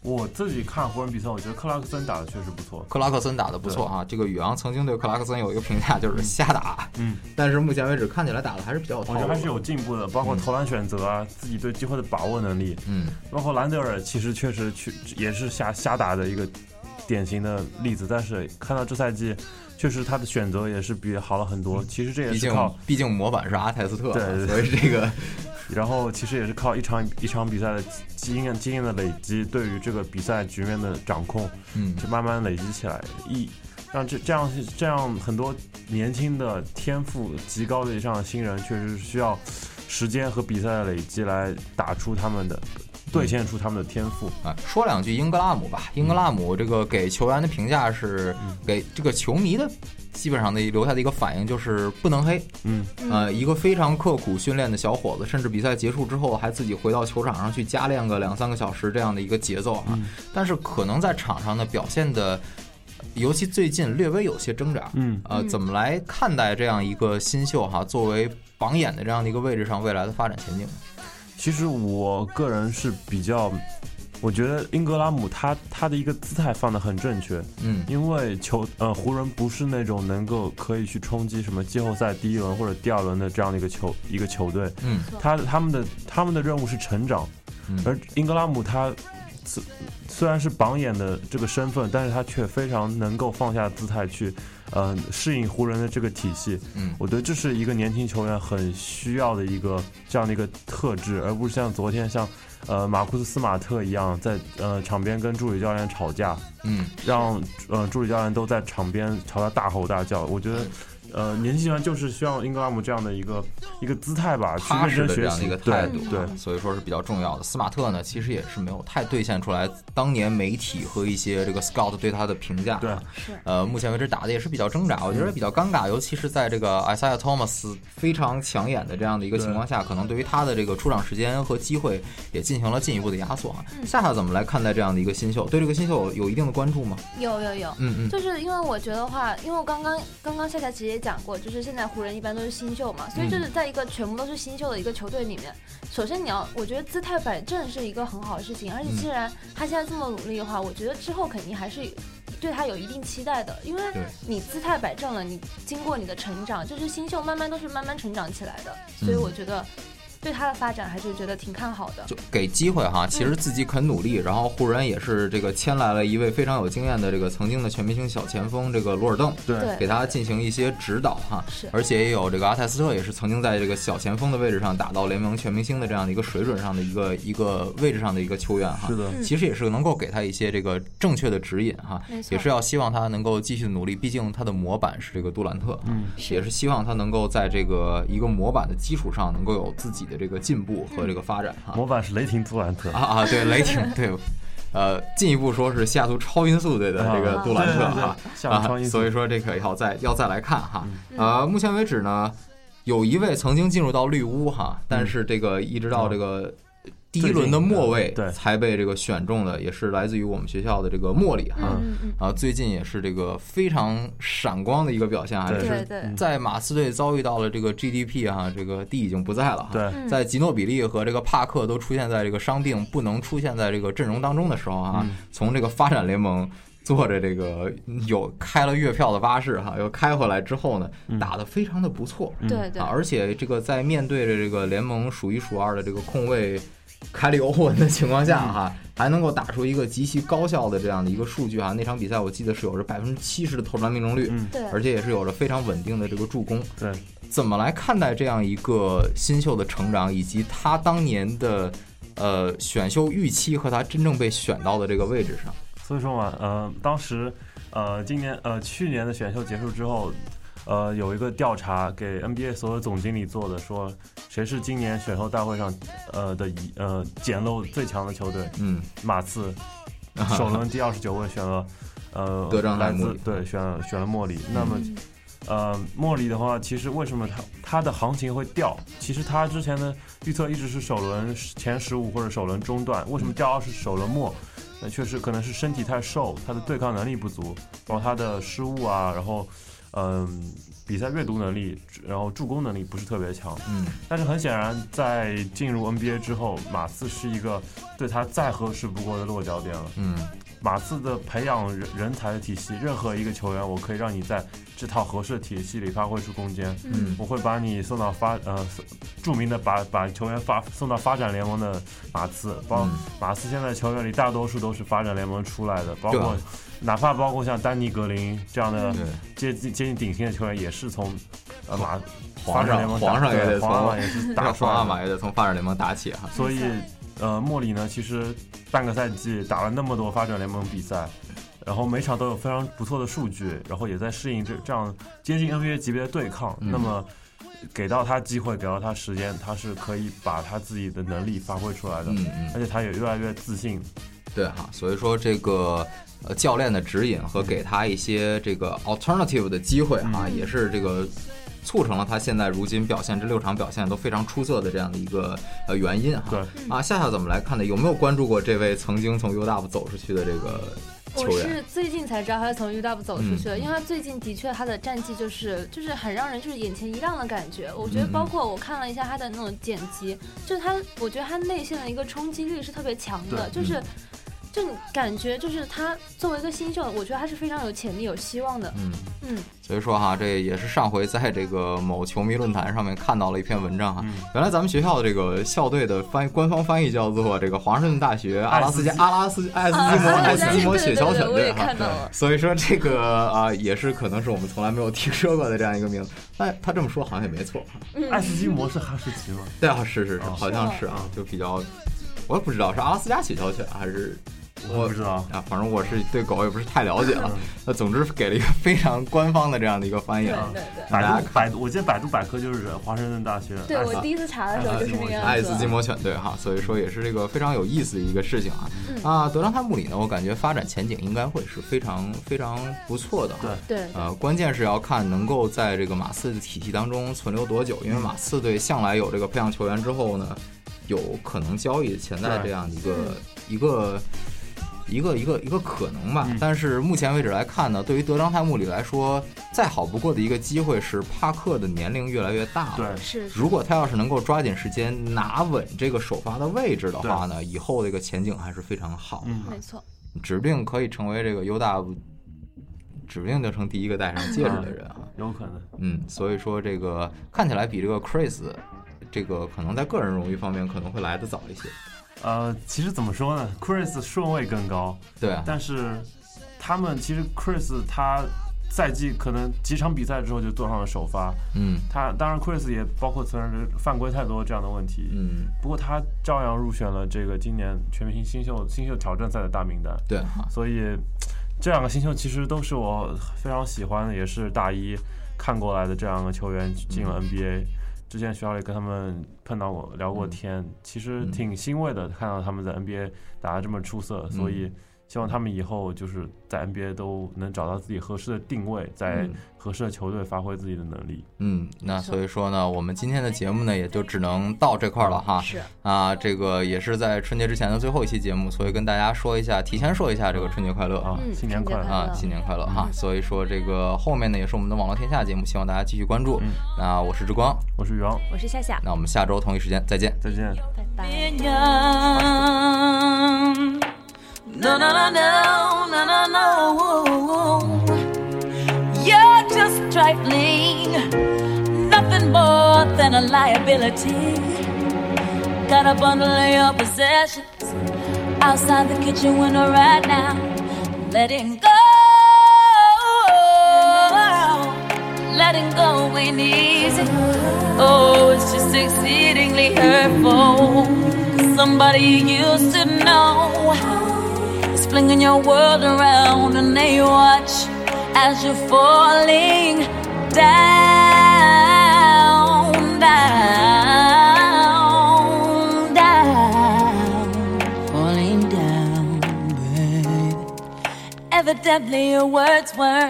[SPEAKER 4] 我自己看湖人比赛，我觉得克拉克森打的确实不错。
[SPEAKER 8] 克拉克森打得不错啊，这个宇昂曾经对克拉克森有一个评价就是瞎打，
[SPEAKER 4] 嗯，
[SPEAKER 8] 但是目前为止看起来打的还是比较有套
[SPEAKER 4] 我
[SPEAKER 8] 路
[SPEAKER 4] 觉
[SPEAKER 8] 的。
[SPEAKER 4] 得还是有进步的，包括投篮选择啊，自己对机会的把握能力，
[SPEAKER 8] 嗯，
[SPEAKER 4] 包括兰德尔其实确实去也是瞎瞎打的一个典型的例子，但是看到这赛季，确实他的选择也是比好了很多。其实这也
[SPEAKER 8] 毕
[SPEAKER 4] 是
[SPEAKER 8] 竟
[SPEAKER 4] 靠
[SPEAKER 8] 毕竟模板是阿泰斯特啊，
[SPEAKER 4] 对对对
[SPEAKER 8] 所以这个
[SPEAKER 4] 然后其实也是靠一场一场比赛的经验经验的累积，对于这个比赛局面的掌控，
[SPEAKER 8] 嗯
[SPEAKER 4] 就慢慢累积起来，一让这这样这样很多年轻的天赋极高的以上的新人，确实是需要时间和比赛的累积来打出他们的兑现出他们的天赋。
[SPEAKER 8] 啊，说两句英格拉姆吧。英格拉姆这个给球员的评价是，
[SPEAKER 4] 嗯
[SPEAKER 8] 给这个球迷的基本上的留下的一个反应就是不能黑。
[SPEAKER 4] 嗯，
[SPEAKER 8] 呃，一个非常刻苦训练的小伙子，甚至比赛结束之后还自己回到球场上去加练个两三个小时这样的一个节奏啊。
[SPEAKER 4] 嗯
[SPEAKER 8] 但是可能在场上呢表现的，尤其最近略微有些挣扎。
[SPEAKER 4] 嗯
[SPEAKER 8] 呃，怎么来看待这样一个新秀哈，作为榜眼的这样的一个位置上未来的发展前景呢？
[SPEAKER 4] 其实我个人是比较，我觉得英格拉姆他他的一个姿态放得很正确，
[SPEAKER 8] 嗯
[SPEAKER 4] 因为球呃湖人不是那种能够可以去冲击什么季后赛第一轮或者第二轮的这样的一个球一个球队，
[SPEAKER 8] 嗯
[SPEAKER 4] 他他们的他们的任务是成长，
[SPEAKER 8] 嗯
[SPEAKER 4] 而英格拉姆他虽虽然是榜眼的这个身份，但是他却非常能够放下姿态去，呃，适应湖人的这个体系。
[SPEAKER 8] 嗯
[SPEAKER 4] 我觉得这是一个年轻球员很需要的一个这样的一个特质，而不是像昨天像呃马库斯斯马特一样在呃场边跟助理教练吵架，
[SPEAKER 8] 嗯，
[SPEAKER 4] 让呃助理教练都在场边朝他大吼大叫。我觉得。呃，年轻球员就是需要英格拉姆这样的一个一个姿态吧，去
[SPEAKER 8] 踏实
[SPEAKER 4] 认
[SPEAKER 8] 的
[SPEAKER 4] 真
[SPEAKER 8] 这
[SPEAKER 4] 学
[SPEAKER 8] 样的
[SPEAKER 4] 习
[SPEAKER 8] 一个态度，啊
[SPEAKER 4] 对，对
[SPEAKER 8] 所以说是比较重要的。斯马特呢，其实也是没有太兑现出来当年媒体和一些这个 scout 对他的评价。
[SPEAKER 4] 对，
[SPEAKER 8] 呃，目前为止打的也是比较挣扎，我觉得比较尴尬，尤其是在这个 Isaiah Thomas 非常抢眼的这样的一个情况下，可能对于他的这个出场时间和机会也进行了进一步的压缩啊。夏夏怎么来看待这样的一个新秀？对这个新秀有一定的关注吗？
[SPEAKER 10] 有有有，
[SPEAKER 8] 嗯嗯
[SPEAKER 10] 就是因为我觉得话，因为我刚刚刚刚夏夏其实也讲过，就是现在湖人一般都是新秀嘛，所以
[SPEAKER 8] 嗯
[SPEAKER 10] 就是在一个全部都是新秀的一个球队里面，首先你要，我觉得姿态摆正是一个很好的事情，而且既然他现在这么努力的话，我觉得之后肯定还是。对他有一定期待的，因为
[SPEAKER 8] 对
[SPEAKER 10] 你姿态摆正了，你经过你的成长，就是新秀慢慢都是慢慢成长起来的，所以
[SPEAKER 8] 嗯
[SPEAKER 10] 我觉得对他的发展还是觉得挺看好的。
[SPEAKER 8] 给机会哈，其实自己肯努力，然后湖人也是这个签来了一位非常有经验的这个曾经的全明星小前锋这个罗尔邓，
[SPEAKER 4] 对
[SPEAKER 10] 对
[SPEAKER 8] 给他进行一些指导哈
[SPEAKER 10] 是，
[SPEAKER 8] 而且也有这个阿泰斯特也是曾经在这个小前锋的位置上打到联盟全明星的这样的一个水准上的一个一个位置上的一个球员哈，
[SPEAKER 4] 是的
[SPEAKER 8] 其实也是能够给他一些这个正确的指引哈
[SPEAKER 10] 没，错
[SPEAKER 8] 也是要希望他能够继续努力，毕竟他的模板是这个杜兰特，
[SPEAKER 4] 嗯
[SPEAKER 10] 是
[SPEAKER 8] 也是希望他能够在这个一个模板的基础上能够有自己的这个进步和这个发展哈。
[SPEAKER 4] 模板是雷霆杜兰特
[SPEAKER 8] 啊啊，对，雷霆对，呃，进一步说是西雅图超音速队的这个
[SPEAKER 4] 啊
[SPEAKER 8] 杜兰特
[SPEAKER 4] 对对对
[SPEAKER 8] 哈
[SPEAKER 4] 西雅图超
[SPEAKER 8] 啊，
[SPEAKER 4] 音速嗯
[SPEAKER 8] 所以说这个要再要再来看哈。呃，目前为止呢，有一位曾经进入到绿屋哈，
[SPEAKER 4] 嗯
[SPEAKER 8] 但是这个一直
[SPEAKER 4] 啊
[SPEAKER 8] 到这个。第一轮的末位
[SPEAKER 4] 对
[SPEAKER 8] 才被这个选中的，也是来自于我们学校的这个莫里哈，
[SPEAKER 10] 嗯嗯，
[SPEAKER 8] 啊，最近也是这个非常闪光的一个表现啊，
[SPEAKER 4] 对
[SPEAKER 8] 也
[SPEAKER 10] 对
[SPEAKER 8] 是
[SPEAKER 10] 对。
[SPEAKER 8] 在马刺队遭遇到了这个 GDP 啊，这个 D 已经不在了哈，
[SPEAKER 4] 对，
[SPEAKER 10] 嗯
[SPEAKER 8] 在吉诺比利和这个帕克都出现在这个伤病不能出现在这个阵容当中的时候啊，
[SPEAKER 4] 嗯
[SPEAKER 8] 从这个发展联盟坐着这个有开了月票的巴士哈、又开回来之后呢，
[SPEAKER 4] 嗯
[SPEAKER 8] 打得非常的不错，
[SPEAKER 10] 对对
[SPEAKER 8] 啊，，而且这个在面对着这个联盟数一数二的这个控卫凯里欧文的情况下哈，
[SPEAKER 4] 嗯
[SPEAKER 8] 还能够打出一个极其高效的这样的一个数据哈。那场比赛我记得是有着百分之七十的投篮命中率，
[SPEAKER 4] 嗯
[SPEAKER 10] 对
[SPEAKER 8] 而且也是有着非常稳定的这个助攻。
[SPEAKER 4] 对，
[SPEAKER 8] 怎么来看待这样一个新秀的成长，以及他当年的呃选秀预期和他真正被选到的这个位置上？
[SPEAKER 4] 所以说嘛，呃，当时，呃，今年呃去年的选秀结束之后，呃，有一个调查给 NBA 所有总经理做的，说谁是今年选秀大会上呃的一呃捡漏最强的球队，
[SPEAKER 8] 嗯，
[SPEAKER 4] 马
[SPEAKER 8] (laughs)
[SPEAKER 4] 刺首轮第二十九位选了呃
[SPEAKER 8] 德章
[SPEAKER 4] 来
[SPEAKER 8] 还是莫
[SPEAKER 4] 自
[SPEAKER 8] 里
[SPEAKER 4] 对选了选了莫里，那么。呃，莫里的话，其实为什么他他的行情会掉？其实他之前的预测一直是首轮前十五或者首轮中段，为什么掉二是首轮末？那确实可能是身体太瘦，他的对抗能力不足，包括他的失误啊，然后嗯、比赛阅读能力，然后助攻能力不是特别强。
[SPEAKER 8] 嗯，
[SPEAKER 4] 但是很显然，在进入 NBA 之后，马刺是一个对他再合适不过的落脚点了。
[SPEAKER 8] 嗯，
[SPEAKER 4] 马刺的培养人人才的体系，任何一个球员，我可以让你在这套合适的体系里发挥出空间。
[SPEAKER 8] 嗯
[SPEAKER 4] 我会把你送到发呃送著名的把把球员发送到发展联盟的马刺，包、
[SPEAKER 8] 嗯
[SPEAKER 4] 马刺现在球员里大多数都是发展联盟出来的，包
[SPEAKER 8] 对
[SPEAKER 4] 括
[SPEAKER 8] 啊嗯
[SPEAKER 4] 哪怕包括像丹尼格林这样的
[SPEAKER 8] 对
[SPEAKER 4] 接近接近顶薪的球员，也是从
[SPEAKER 8] 呃
[SPEAKER 4] 马发
[SPEAKER 8] 皇
[SPEAKER 4] 展
[SPEAKER 8] 上
[SPEAKER 4] 联盟打
[SPEAKER 8] 皇上也
[SPEAKER 4] 对
[SPEAKER 8] 得
[SPEAKER 4] 皇上也是
[SPEAKER 8] 从
[SPEAKER 4] 大帅
[SPEAKER 8] 皇阿玛也得从发展联盟打起哈。
[SPEAKER 4] 所以，呃，莫里呢，其实半个赛季打了那么多发展联盟比赛，然后每场都有非常不错的数据，然后也在适应这这样接近 NBA 级别的对抗。
[SPEAKER 8] 嗯
[SPEAKER 4] 那么，给到他机会，给到他时间，他是可以把他自己的能力发挥出来的，
[SPEAKER 8] 嗯嗯
[SPEAKER 4] 而且他也越来越自信。
[SPEAKER 8] 对哈，所以说这个呃教练的指引和给他一些这个 alternative 的机会啊，也是这个促成了他现在如今表现这六场表现都非常出色的这样的一个呃原因哈。啊，夏夏怎么来看呢？有没有关注过这位曾经从 U Dub 走出去的这个球
[SPEAKER 10] 我
[SPEAKER 8] 员？
[SPEAKER 10] 是最近才知道他是从 UW 走出去的，
[SPEAKER 8] 嗯
[SPEAKER 10] 因为他最近的确他的战绩就是就是很让人就是眼前一亮的感觉。我觉得
[SPEAKER 8] 嗯嗯
[SPEAKER 10] 包括我看了一下他的那种剪辑，就是他我觉得他内线的一个冲击力是特别强的，
[SPEAKER 8] 对
[SPEAKER 10] 就是
[SPEAKER 8] 嗯。
[SPEAKER 10] 就你感觉就是他作为一个新秀，我觉得他是非常有潜力、有希望的。
[SPEAKER 8] 嗯
[SPEAKER 10] 嗯，
[SPEAKER 8] 所以说哈，这也是上回在这个某球迷论坛上面看到了一篇文章哈。原来咱们学校的这个校队的翻译官方翻译叫做这个华盛顿大学阿拉斯加阿拉斯爱斯
[SPEAKER 10] 啊
[SPEAKER 8] 基摩爱斯基摩雪橇犬队哈。所以说这个啊，也是可能是我们从来没有听说过的这样一个名字。但他这么说好像也没错。啊
[SPEAKER 10] 嗯
[SPEAKER 4] 爱斯基摩是哈士奇吗？
[SPEAKER 8] 对啊，是是是，
[SPEAKER 4] 哦
[SPEAKER 8] 好像是啊，就比较，我也不知道是阿拉斯加雪橇犬还是。我不知
[SPEAKER 4] 道
[SPEAKER 8] 啊，反正我是对狗也不是太了解了。那总之给了一个非常官方的这样的一个翻译啊，
[SPEAKER 10] 对对对
[SPEAKER 4] 百
[SPEAKER 8] 大家
[SPEAKER 4] 度百度，我记得百度百科就是华盛顿大学。
[SPEAKER 10] 对
[SPEAKER 4] 爱
[SPEAKER 10] 我
[SPEAKER 4] 斯
[SPEAKER 10] 第一次查的时候就是那个样子。
[SPEAKER 8] 爱斯基摩犬队哈，所以说也是这个非常有意思的一个事情啊。
[SPEAKER 10] 嗯
[SPEAKER 8] 啊，德章汉姆里呢，我感觉发展前景应该会是非常非常不错的哈。
[SPEAKER 10] 对对
[SPEAKER 8] 呃，关键是要看能够在这个马刺的体系当中存留多久，因为马刺队向来有这个培养球员之后呢，有可能交易潜在
[SPEAKER 4] 对
[SPEAKER 8] 这样的一个一个。一个一个一个可能吧，但是目前为止来看呢，对于德章泰穆里来说，再好不过的一个机会是帕克的年龄越来越大
[SPEAKER 4] 对
[SPEAKER 8] 了。
[SPEAKER 10] 是是
[SPEAKER 8] 如果他要是能够抓紧时间拿稳这个首发的位置的话呢，以后这个前景还是非常好的。
[SPEAKER 4] 嗯
[SPEAKER 10] 没错，
[SPEAKER 8] 指不定可以成为这个 U 大，指不定就成第一个戴上戒指的
[SPEAKER 4] (laughs)
[SPEAKER 8] 人啊。
[SPEAKER 4] 有可能。
[SPEAKER 8] 嗯，所以说这个看起来比这个 Chris，这个可能在个人荣誉方面可能会来得早一些。
[SPEAKER 4] 呃，其实怎么说呢，Chris 顺位更高，
[SPEAKER 8] 对啊
[SPEAKER 4] 但是他们其实 Chris 他赛季可能几场比赛之后就坐上了首发，
[SPEAKER 8] 嗯，
[SPEAKER 4] 他当然 Chris 也包括存在犯规太多这样的问题，
[SPEAKER 8] 嗯，
[SPEAKER 4] 不过他照样入选了这个今年全明星新秀新秀挑战赛的大名单，
[SPEAKER 8] 对，
[SPEAKER 4] 所以这两个新秀其实都是我非常喜欢的，也是大一看过来的这两个球员进了 NBA。之前学校里跟他们碰到过聊过天，其实挺欣慰的，看到他们在 NBA 打得这么出色，所以希望他们以后就是在 NBA 都能找到自己合适的定位，在
[SPEAKER 8] 嗯
[SPEAKER 4] 合适的球队发挥自己的能力。
[SPEAKER 8] 嗯，那所以说呢，我们今天的节目呢，也就只能到这块儿了哈。
[SPEAKER 4] 是
[SPEAKER 8] 啊，这个也是在春节之前的最后一期节目，所以跟大家说一下，提前说一下这个春节快乐啊
[SPEAKER 4] 嗯新嗯年快乐
[SPEAKER 8] 啊，新年快乐哈。所以说这个后面呢，也是我们的网络天下节目，希望大家继续关注。
[SPEAKER 4] 嗯
[SPEAKER 8] 那我是之光，
[SPEAKER 4] 我是宇昂，
[SPEAKER 10] 我是夏夏，
[SPEAKER 8] 那我们下周同一时间再见，
[SPEAKER 4] 再见。
[SPEAKER 10] 拜拜。
[SPEAKER 13] No, no, no, no, no, no, no. You're just trifling, nothing more than a liability. Got a bundle of your possessions outside the kitchen window right now. Letting go, letting go ain't easy. Oh, it's just exceedingly hurtful. Somebody you used to know. It's flinging your world around, and they watch as you're falling down, down, down, falling down, babe. Evidently, your words were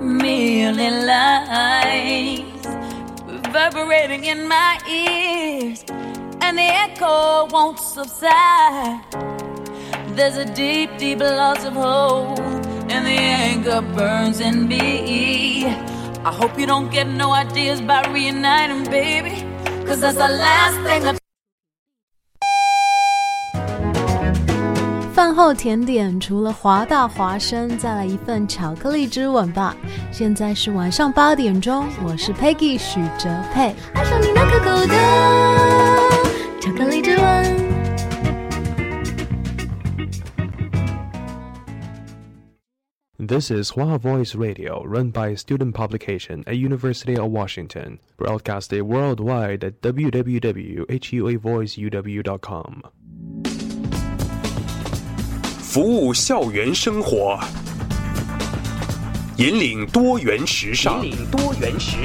[SPEAKER 13] merely lies, reverberating in my ears, and the echo won't subside. There's a deep, deep loss of hope, and the anger burns in me. I hope you don't get no ideas by reuniting, baby, cause that's the last thing I.
[SPEAKER 14] 饭后甜点除了华大华生，再来一份巧克力之吻吧。现在是晚上八点钟，我是 Peggy 许哲佩。
[SPEAKER 15] 爱上你那可口的巧克力之吻。
[SPEAKER 1] This is Hua Voice Radio, run by a student publication at University of Washington, broadcasted worldwide at www.huavoiceuw.com。
[SPEAKER 2] 服务校园生活，引领多元时尚，引领多元时尚。